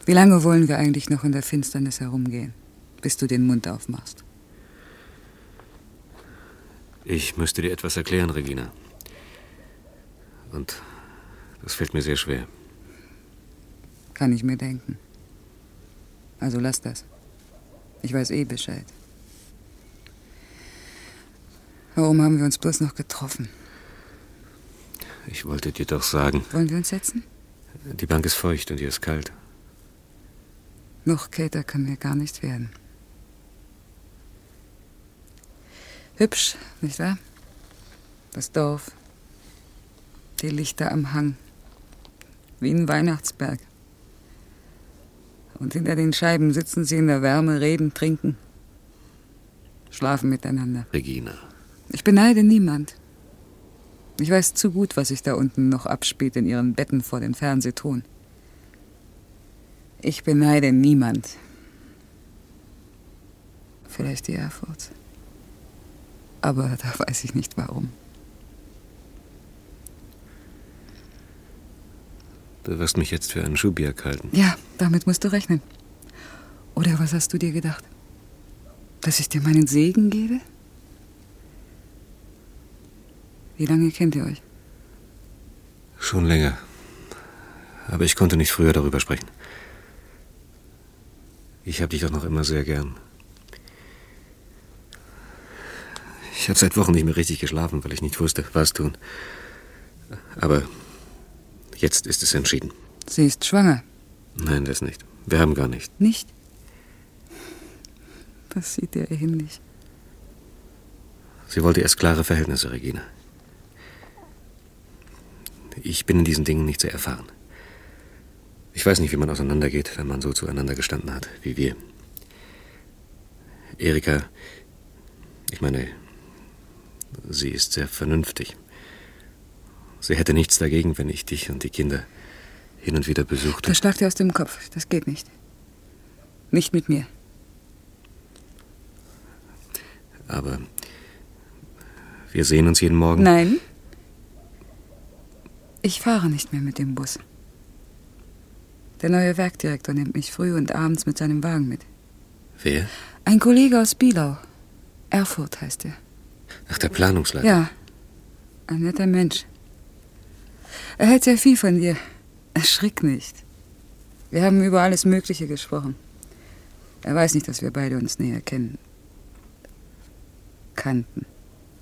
E: Wie lange wollen wir eigentlich noch in der Finsternis herumgehen, bis du den Mund aufmachst?
D: Ich müsste dir etwas erklären, Regina. Und das fällt mir sehr schwer.
E: Kann ich mir denken. Also lass das. Ich weiß eh Bescheid. Warum haben wir uns bloß noch getroffen?
D: Ich wollte dir doch sagen,
E: Wollen wir uns setzen?
D: die Bank ist feucht und hier ist kalt.
E: Noch kälter kann mir gar nicht werden. Hübsch, nicht wahr? Das Dorf. Die Lichter am Hang. Wie ein Weihnachtsberg. Und hinter den Scheiben sitzen sie in der Wärme, reden, trinken. Schlafen miteinander.
D: Regina.
E: Ich beneide niemand. Ich weiß zu gut, was sich da unten noch abspielt in ihren Betten vor den Fernsehtun. Ich beneide niemand. Vielleicht die Erfurt. Aber da weiß ich nicht warum.
D: Du wirst mich jetzt für einen Schubiak halten.
E: Ja, damit musst du rechnen. Oder was hast du dir gedacht? Dass ich dir meinen Segen gebe? Wie lange kennt ihr euch?
D: Schon länger. Aber ich konnte nicht früher darüber sprechen. Ich habe dich doch noch immer sehr gern. Ich habe seit Wochen nicht mehr richtig geschlafen, weil ich nicht wusste, was tun. Aber jetzt ist es entschieden.
E: Sie ist schwanger,
D: Nein, das nicht. Wir haben gar nicht.
E: nicht? Das sieht ihr ähnlich.
D: Sie wollte erst klare Verhältnisse, Regina. Ich bin in diesen Dingen nicht sehr erfahren. Ich weiß nicht, wie man auseinandergeht, wenn man so zueinander gestanden hat, wie wir. Erika, ich meine, sie ist sehr vernünftig. Sie hätte nichts dagegen, wenn ich dich und die Kinder hin und wieder besuchte.
E: Das schlagt ihr aus dem Kopf. Das geht nicht. Nicht mit mir.
D: Aber wir sehen uns jeden Morgen.
E: Nein. Ich fahre nicht mehr mit dem Bus. Der neue Werkdirektor nimmt mich früh und abends mit seinem Wagen mit.
D: Wer?
E: Ein Kollege aus Bielau. Erfurt heißt er.
D: Ach, der Planungsleiter.
E: Ja. Ein netter Mensch. Er hält sehr viel von dir. Erschrick nicht. Wir haben über alles Mögliche gesprochen. Er weiß nicht, dass wir beide uns näher kennen. Kannten.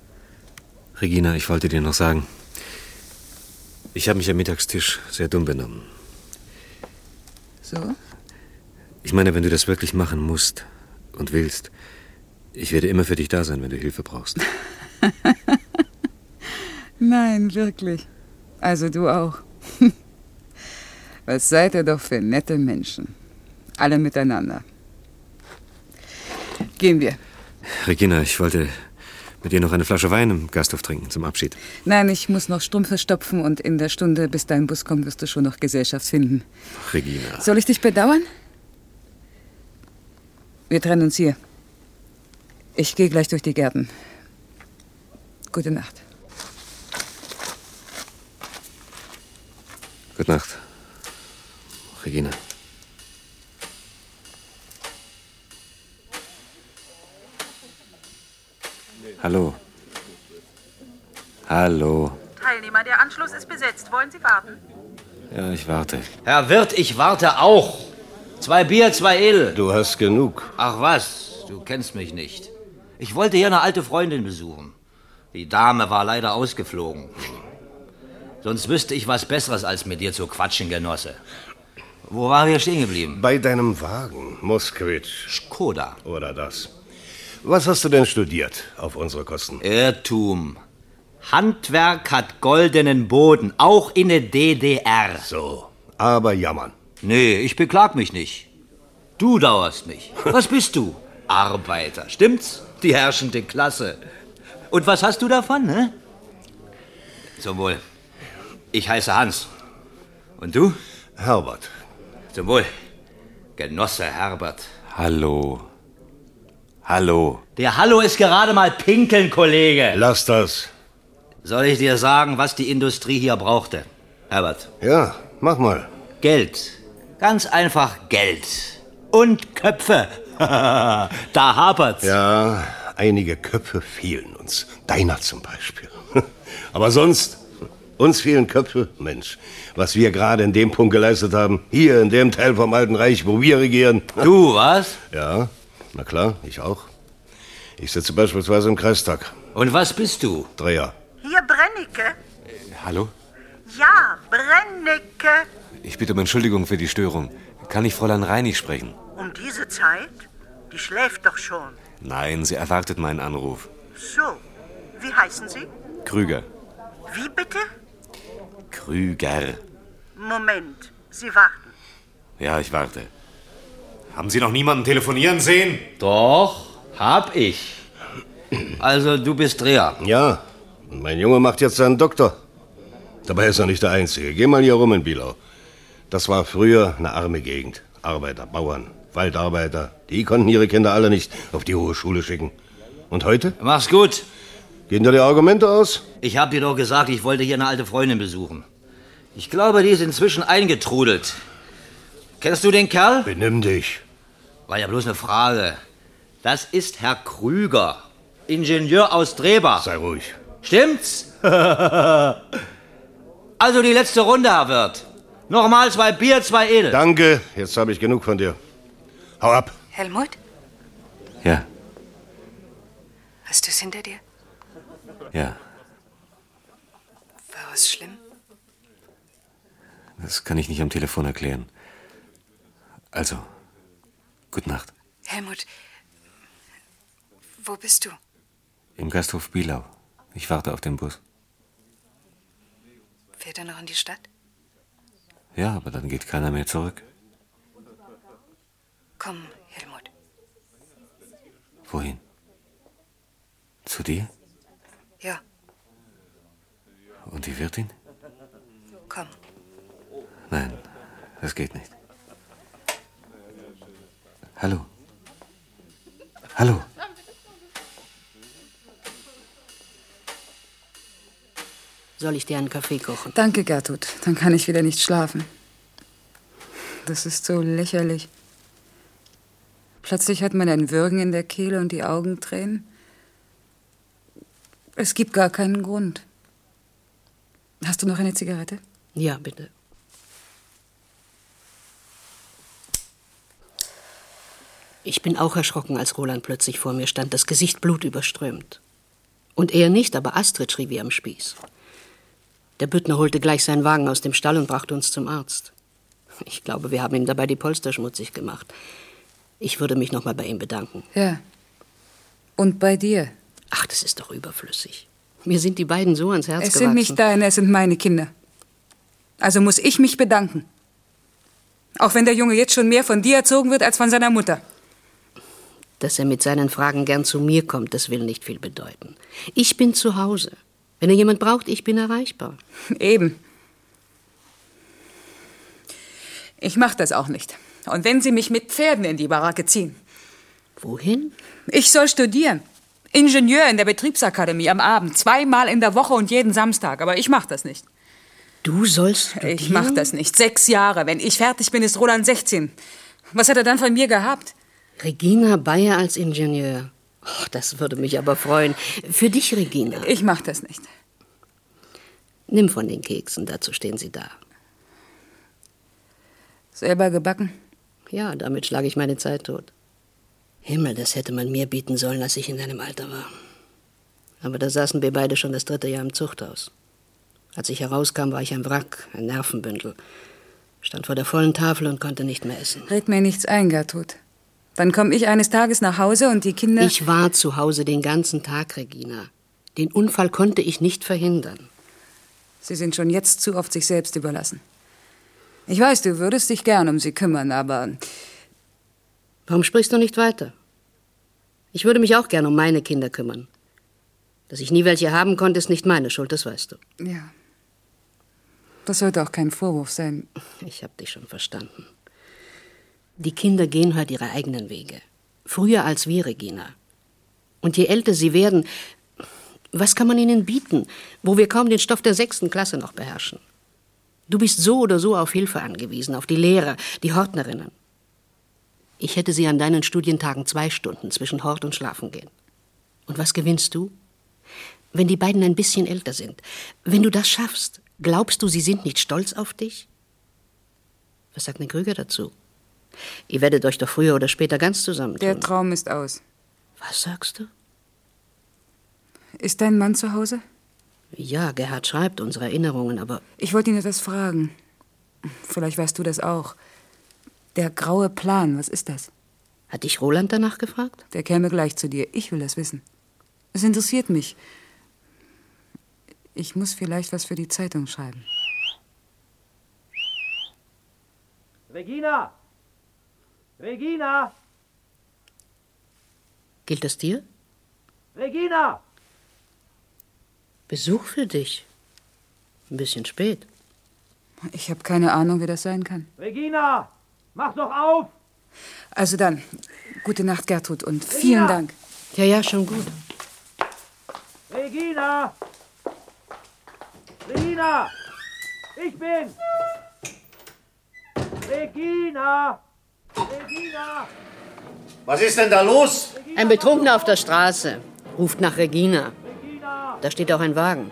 D: Regina, ich wollte dir noch sagen, ich habe mich am Mittagstisch sehr dumm benommen.
E: So?
D: Ich meine, wenn du das wirklich machen musst und willst, ich werde immer für dich da sein, wenn du Hilfe brauchst.
E: Nein, wirklich. Also du auch. Was seid ihr doch für nette Menschen. Alle miteinander. Gehen wir.
D: Regina, ich wollte mit dir noch eine Flasche Wein im Gasthof trinken zum Abschied.
E: Nein, ich muss noch Strümpfe stopfen und in der Stunde, bis dein Bus kommt, wirst du schon noch Gesellschaft finden.
D: Regina.
E: Soll ich dich bedauern? Wir trennen uns hier. Ich gehe gleich durch die Gärten. Gute Nacht.
D: Gute Nacht. Regina. Hallo. Hallo.
P: Teilnehmer, der Anschluss ist besetzt. Wollen Sie warten?
D: Ja, ich warte.
X: Herr Wirt, ich warte auch. Zwei Bier, zwei Edel. Du hast genug. Ach was, du kennst mich nicht. Ich wollte hier eine alte Freundin besuchen. Die Dame war leider ausgeflogen. Sonst wüsste ich was Besseres, als mit dir zu quatschen, Genosse. Wo waren wir stehen geblieben?
G: Bei deinem Wagen, Moskowitsch. Skoda. Oder das. Was hast du denn studiert auf unsere Kosten?
X: Irrtum. Handwerk hat goldenen Boden, auch in der DDR. So, aber jammern. Nee, ich beklag mich nicht. Du dauerst mich. Was bist du? Arbeiter, stimmt's? Die herrschende Klasse. Und was hast du davon, ne? Zum Wohl. Ich heiße Hans. Und du? Herbert. Zum Wohl. Genosse Herbert.
D: Hallo. Hallo.
X: Der Hallo ist gerade mal pinkeln, Kollege. Lass das. Soll ich dir sagen, was die Industrie hier brauchte? Herbert. Ja, mach mal. Geld. Ganz einfach Geld. Und Köpfe. da hapert's.
G: Ja, einige Köpfe fehlen uns. Deiner zum Beispiel. Aber sonst, uns fehlen Köpfe. Mensch, was wir gerade in dem Punkt geleistet haben, hier in dem Teil vom Alten Reich, wo wir regieren.
X: Du was?
G: Ja, na klar, ich auch. Ich sitze beispielsweise im Kreistag.
X: Und was bist du?
G: Dreher.
P: Hier Brennecke.
D: Hallo?
P: Ja, Brennecke.
D: Ich bitte um Entschuldigung für die Störung. Kann ich Fräulein Reinig sprechen?
P: Um diese Zeit? Die schläft doch schon.
D: Nein, sie erwartet meinen Anruf.
P: So, wie heißen Sie?
D: Krüger.
P: Wie bitte?
D: Krüger.
P: Moment, Sie warten.
D: Ja, ich warte. Haben Sie noch niemanden telefonieren sehen?
X: Doch, hab ich. Also, du bist Dreher.
G: Ja, und mein Junge macht jetzt seinen Doktor. Dabei ist er nicht der Einzige. Geh mal hier rum in Bielau. Das war früher eine arme Gegend. Arbeiter, Bauern, Waldarbeiter. Die konnten ihre Kinder alle nicht auf die hohe Schule schicken. Und heute?
X: Mach's gut.
G: Gehen dir die Argumente aus?
X: Ich hab dir doch gesagt, ich wollte hier eine alte Freundin besuchen. Ich glaube, die ist inzwischen eingetrudelt. Kennst du den Kerl?
G: Benimm dich.
X: War ja bloß eine Frage. Das ist Herr Krüger, Ingenieur aus Dreber.
G: Sei ruhig.
X: Stimmt's? also die letzte Runde, Herr Wirt. Nochmal zwei Bier, zwei Edel.
G: Danke, jetzt habe ich genug von dir. Hau ab.
C: Helmut?
D: Ja.
C: Hast du es hinter dir?
D: Ja,
C: War es schlimm?
D: das kann ich nicht am Telefon erklären. Also, gute Nacht.
C: Helmut, wo bist du?
D: Im Gasthof Bielau. Ich warte auf den Bus.
C: Fährt er noch in die Stadt?
D: Ja, aber dann geht keiner mehr zurück.
C: Komm, Helmut.
D: Wohin? Zu dir?
C: Ja,
D: Und die Wirtin?
C: komm.
D: Nein, das geht nicht. Hallo. Hallo.
M: Soll ich dir einen Kaffee kochen?
E: Danke, Gertrud. Dann kann ich wieder nicht schlafen. Das ist so lächerlich. Plötzlich hat man ein Würgen in der Kehle und die Augen tränen. Es gibt gar keinen Grund. Hast du noch eine Zigarette?
M: Ja, bitte. Ich bin auch erschrocken, als Roland plötzlich vor mir stand, das Gesicht blutüberströmt. Und er nicht, aber Astrid schrie wie am Spieß. Der Büttner holte gleich seinen Wagen aus dem Stall und brachte uns zum Arzt. Ich glaube, wir haben ihm dabei die Polster schmutzig gemacht. Ich würde mich nochmal bei ihm bedanken.
E: Ja. Und bei dir?
M: Ach, das ist doch überflüssig. Mir sind die beiden so ans Herz
E: es
M: gewachsen.
E: sind nicht deine, es sind meine Kinder. Also muss ich mich bedanken. Auch wenn der Junge jetzt schon mehr von dir erzogen wird als von seiner Mutter.
M: Dass er mit seinen Fragen gern zu mir kommt, das will nicht viel bedeuten. Ich bin zu Hause. Wenn er jemand braucht, ich bin erreichbar.
E: Eben. Ich mach das auch nicht. Und wenn sie mich mit Pferden in die Baracke ziehen.
M: Wohin?
E: Ich soll studieren. Ingenieur in der Betriebsakademie am Abend. Zweimal in der Woche und jeden Samstag. Aber ich mach das nicht.
M: Du sollst
E: Ich mach das nicht. Sechs Jahre. Wenn ich fertig bin, ist Roland 16. Was hat er dann von mir gehabt?
M: Regina Bayer als Ingenieur. Och, das würde mich aber freuen. Für dich, Regina.
E: Ich mach das nicht.
M: Nimm von den Keksen, dazu stehen sie da.
E: Selber gebacken?
M: Ja, damit schlage ich meine Zeit tot. Himmel, das hätte man mir bieten sollen, als ich in deinem Alter war. Aber da saßen wir beide schon das dritte Jahr im Zuchthaus. Als ich herauskam, war ich ein Wrack, ein Nervenbündel. Stand vor der vollen Tafel und konnte nicht mehr essen.
E: Red mir nichts ein, Gertrud. Dann komme ich eines Tages nach Hause und die Kinder.
M: Ich war zu Hause den ganzen Tag, Regina. Den Unfall konnte ich nicht verhindern.
E: Sie sind schon jetzt zu oft sich selbst überlassen. Ich weiß, du würdest dich gern um sie kümmern, aber
M: Warum sprichst du nicht weiter? Ich würde mich auch gern um meine Kinder kümmern. Dass ich nie welche haben konnte, ist nicht meine Schuld, das weißt du.
E: ja. Das sollte auch kein Vorwurf sein.
M: Ich hab dich schon verstanden. Die Kinder gehen halt ihre eigenen Wege. Früher als wir, Regina. Und je älter sie werden, was kann man ihnen bieten, wo wir kaum den Stoff der sechsten Klasse noch beherrschen? Du bist so oder so auf Hilfe angewiesen, auf die Lehrer, die Hortnerinnen. Ich hätte sie an deinen Studientagen zwei Stunden zwischen Hort und Schlafen gehen. Und was gewinnst du? Wenn die beiden ein bisschen älter sind, wenn du das schaffst, glaubst du, sie sind nicht stolz auf dich? Was sagt denn Krüger dazu? Ihr werdet euch doch früher oder später ganz zusammen.
E: Der Traum ist aus.
M: Was sagst du?
E: Ist dein Mann zu Hause?
M: Ja, Gerhard schreibt unsere Erinnerungen, aber
E: Ich wollte ihn etwas fragen. Vielleicht weißt du das auch. Der graue Plan, was ist das?
M: Hat dich Roland danach gefragt?
E: Der käme gleich zu dir. Ich will das wissen. Es interessiert mich. Ich muss vielleicht was für die Zeitung schreiben.
X: Regina! Regina!
M: gilt das dir?
X: Regina!
M: Besuch für dich. Ein bisschen spät.
E: Ich habe keine Ahnung, wer das sein kann.
X: Regina! Mach doch auf!
E: Also dann, gute Nacht, Gertrud, und vielen Dank.
M: Ja, ja, schon gut.
X: Regina! Regina! Ich bin! Regina! Regina!
R: Was ist denn da los?
M: Ein Betrunkener auf der Straße ruft nach Regina. Da steht auch ein Wagen.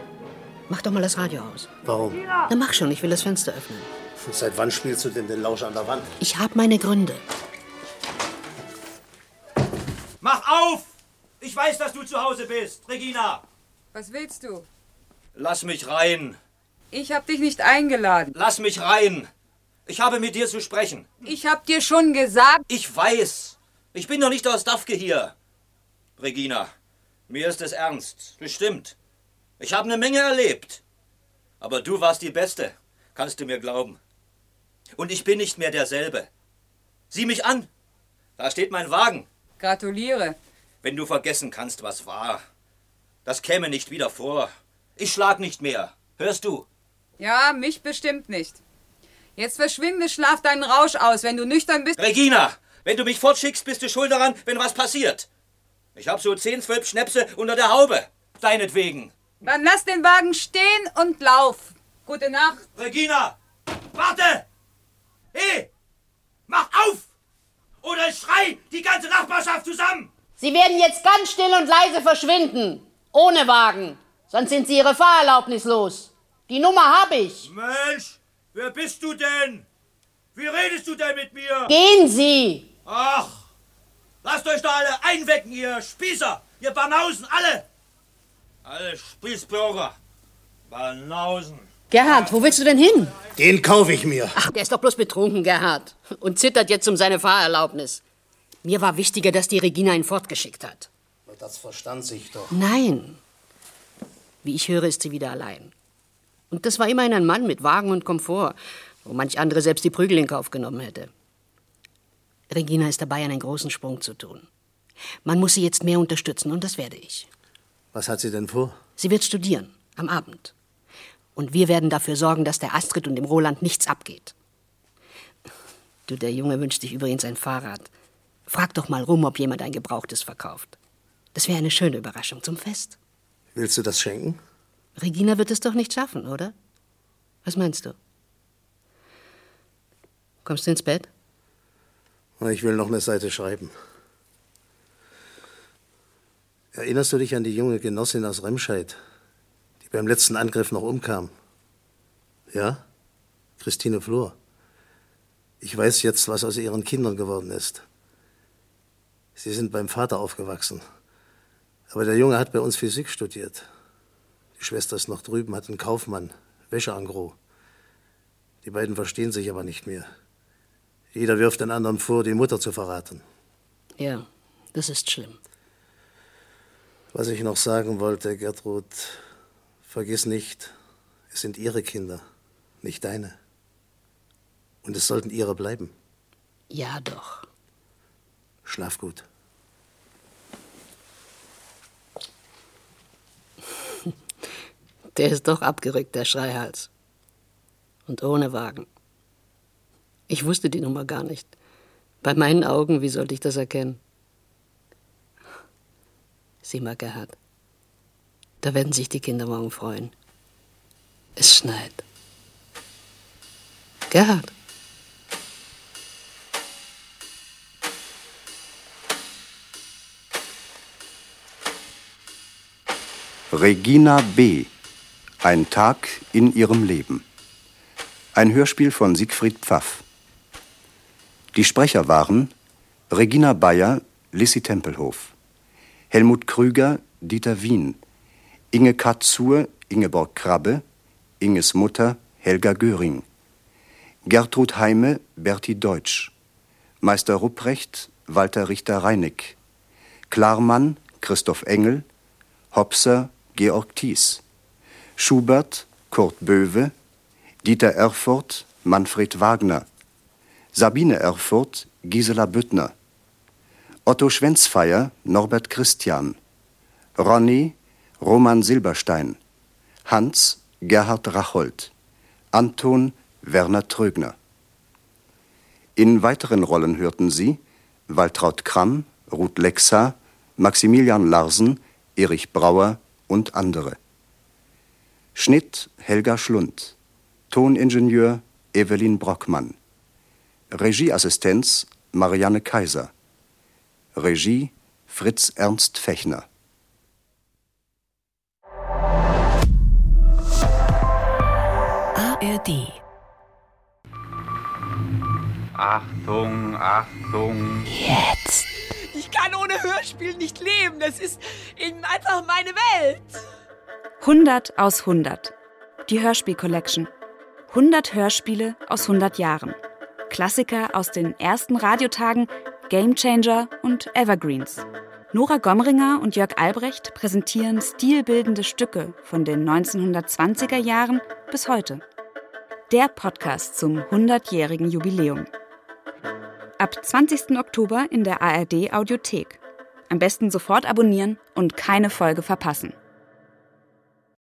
M: Mach doch mal das Radio aus.
L: Warum?
M: Na mach schon, ich will das Fenster öffnen.
L: Seit wann spielst du denn den Lausch an der Wand?
M: Ich hab meine Gründe.
X: Mach auf! Ich weiß, dass du zu Hause bist, Regina!
E: Was willst du?
X: Lass mich rein!
E: Ich habe dich nicht eingeladen.
X: Lass mich rein! Ich habe mit dir zu sprechen.
E: Ich habe dir schon gesagt.
X: Ich weiß. Ich bin doch nicht aus Dafke hier. Regina, mir ist es ernst. Bestimmt. Ich habe eine Menge erlebt. Aber du warst die Beste. Kannst du mir glauben. Und ich bin nicht mehr derselbe. Sieh mich an. Da steht mein Wagen.
E: Gratuliere.
X: Wenn du vergessen kannst, was war. Das käme nicht wieder vor. Ich schlag nicht mehr. Hörst du?
E: Ja, mich bestimmt nicht. Jetzt verschwinde, schlaf deinen Rausch aus, wenn du nüchtern bist.
X: Regina, wenn du mich fortschickst, bist du schuld daran, wenn was passiert. Ich hab so zehn, zwölf Schnäpse unter der Haube. Deinetwegen.
E: Dann lass den Wagen stehen und lauf. Gute Nacht.
X: Regina, warte! Hey, mach auf! Oder ich schrei die ganze Nachbarschaft zusammen!
N: Sie werden jetzt ganz still und leise verschwinden. Ohne Wagen. Sonst sind Sie Ihre Fahrerlaubnis los. Die Nummer habe ich.
X: Mensch, wer bist du denn? Wie redest du denn mit mir?
N: Gehen Sie!
X: Ach, lasst euch da alle einwecken, ihr Spießer, ihr Banausen, alle! Alle Spießbürger, Banausen.
M: Gerhard, wo willst du denn hin?
L: Den kaufe ich mir.
M: Ach, der ist doch bloß betrunken, Gerhard. Und zittert jetzt um seine Fahrerlaubnis. Mir war wichtiger, dass die Regina ihn fortgeschickt hat.
L: Das verstand sich doch.
M: Nein. Wie ich höre, ist sie wieder allein. Und das war immerhin ein Mann mit Wagen und Komfort, wo manch andere selbst die Prügel in Kauf genommen hätte. Regina ist dabei, einen großen Sprung zu tun. Man muss sie jetzt mehr unterstützen, und das werde ich.
L: Was hat sie denn vor?
M: Sie wird studieren, am Abend. Und wir werden dafür sorgen, dass der Astrid und dem Roland nichts abgeht. Du, der Junge wünscht sich übrigens ein Fahrrad. Frag doch mal rum, ob jemand ein gebrauchtes verkauft. Das wäre eine schöne Überraschung zum Fest.
L: Willst du das schenken?
M: Regina wird es doch nicht schaffen, oder? Was meinst du? Kommst du ins Bett?
L: Ich will noch eine Seite schreiben. Erinnerst du dich an die junge Genossin aus Remscheid, die beim letzten Angriff noch umkam? Ja? Christine Flor. Ich weiß jetzt, was aus ihren Kindern geworden ist. Sie sind beim Vater aufgewachsen. Aber der Junge hat bei uns Physik studiert. Die Schwester ist noch drüben, hat einen Kaufmann, Wäscheangro. Die beiden verstehen sich aber nicht mehr. Jeder wirft den anderen vor, die Mutter zu verraten.
M: Ja, das ist schlimm.
Y: Was ich noch sagen wollte, Gertrud, vergiss nicht, es sind Ihre Kinder, nicht deine. Und es sollten Ihre bleiben.
M: Ja doch.
Y: Schlaf gut.
M: Der ist doch abgerückt, der Schreihals. Und ohne Wagen. Ich wusste die Nummer gar nicht. Bei meinen Augen, wie sollte ich das erkennen? Sieh mal, Gerhard. Da werden sich die Kinder morgen freuen. Es schneit. Gerhard.
A: Regina B. Ein Tag in ihrem Leben. Ein Hörspiel von Siegfried Pfaff. Die Sprecher waren Regina Bayer, Lissy Tempelhof, Helmut Krüger, Dieter Wien, Inge Katzur, Ingeborg Krabbe, Inges Mutter, Helga Göring, Gertrud Heime, Berti Deutsch, Meister Rupprecht, Walter Richter-Reineck, Klarmann, Christoph Engel, Hopser, Georg Thies, Schubert, Kurt Böwe, Dieter Erfurt, Manfred Wagner, Sabine Erfurt, Gisela Büttner, Otto Schwenzfeier, Norbert Christian, Ronny, Roman Silberstein, Hans, Gerhard Racholt, Anton, Werner Trögner. In weiteren Rollen hörten sie Waltraud Kramm, Ruth Lexa, Maximilian Larsen, Erich Brauer und andere. Schnitt Helga Schlund. Toningenieur Evelyn Brockmann. Regieassistenz Marianne Kaiser. Regie Fritz Ernst Fechner.
Q: ARD.
H: Achtung, Achtung.
Q: Jetzt.
O: Ich kann ohne Hörspiel nicht leben. Das ist eben einfach meine Welt.
Q: 100 aus 100. Die Hörspiel Collection. 100 Hörspiele aus 100 Jahren. Klassiker aus den ersten Radiotagen, Gamechanger und Evergreens. Nora Gomringer und Jörg Albrecht präsentieren stilbildende Stücke von den 1920er Jahren bis heute. Der Podcast zum 100-jährigen Jubiläum. Ab 20. Oktober in der ARD Audiothek. Am besten sofort abonnieren und keine Folge verpassen.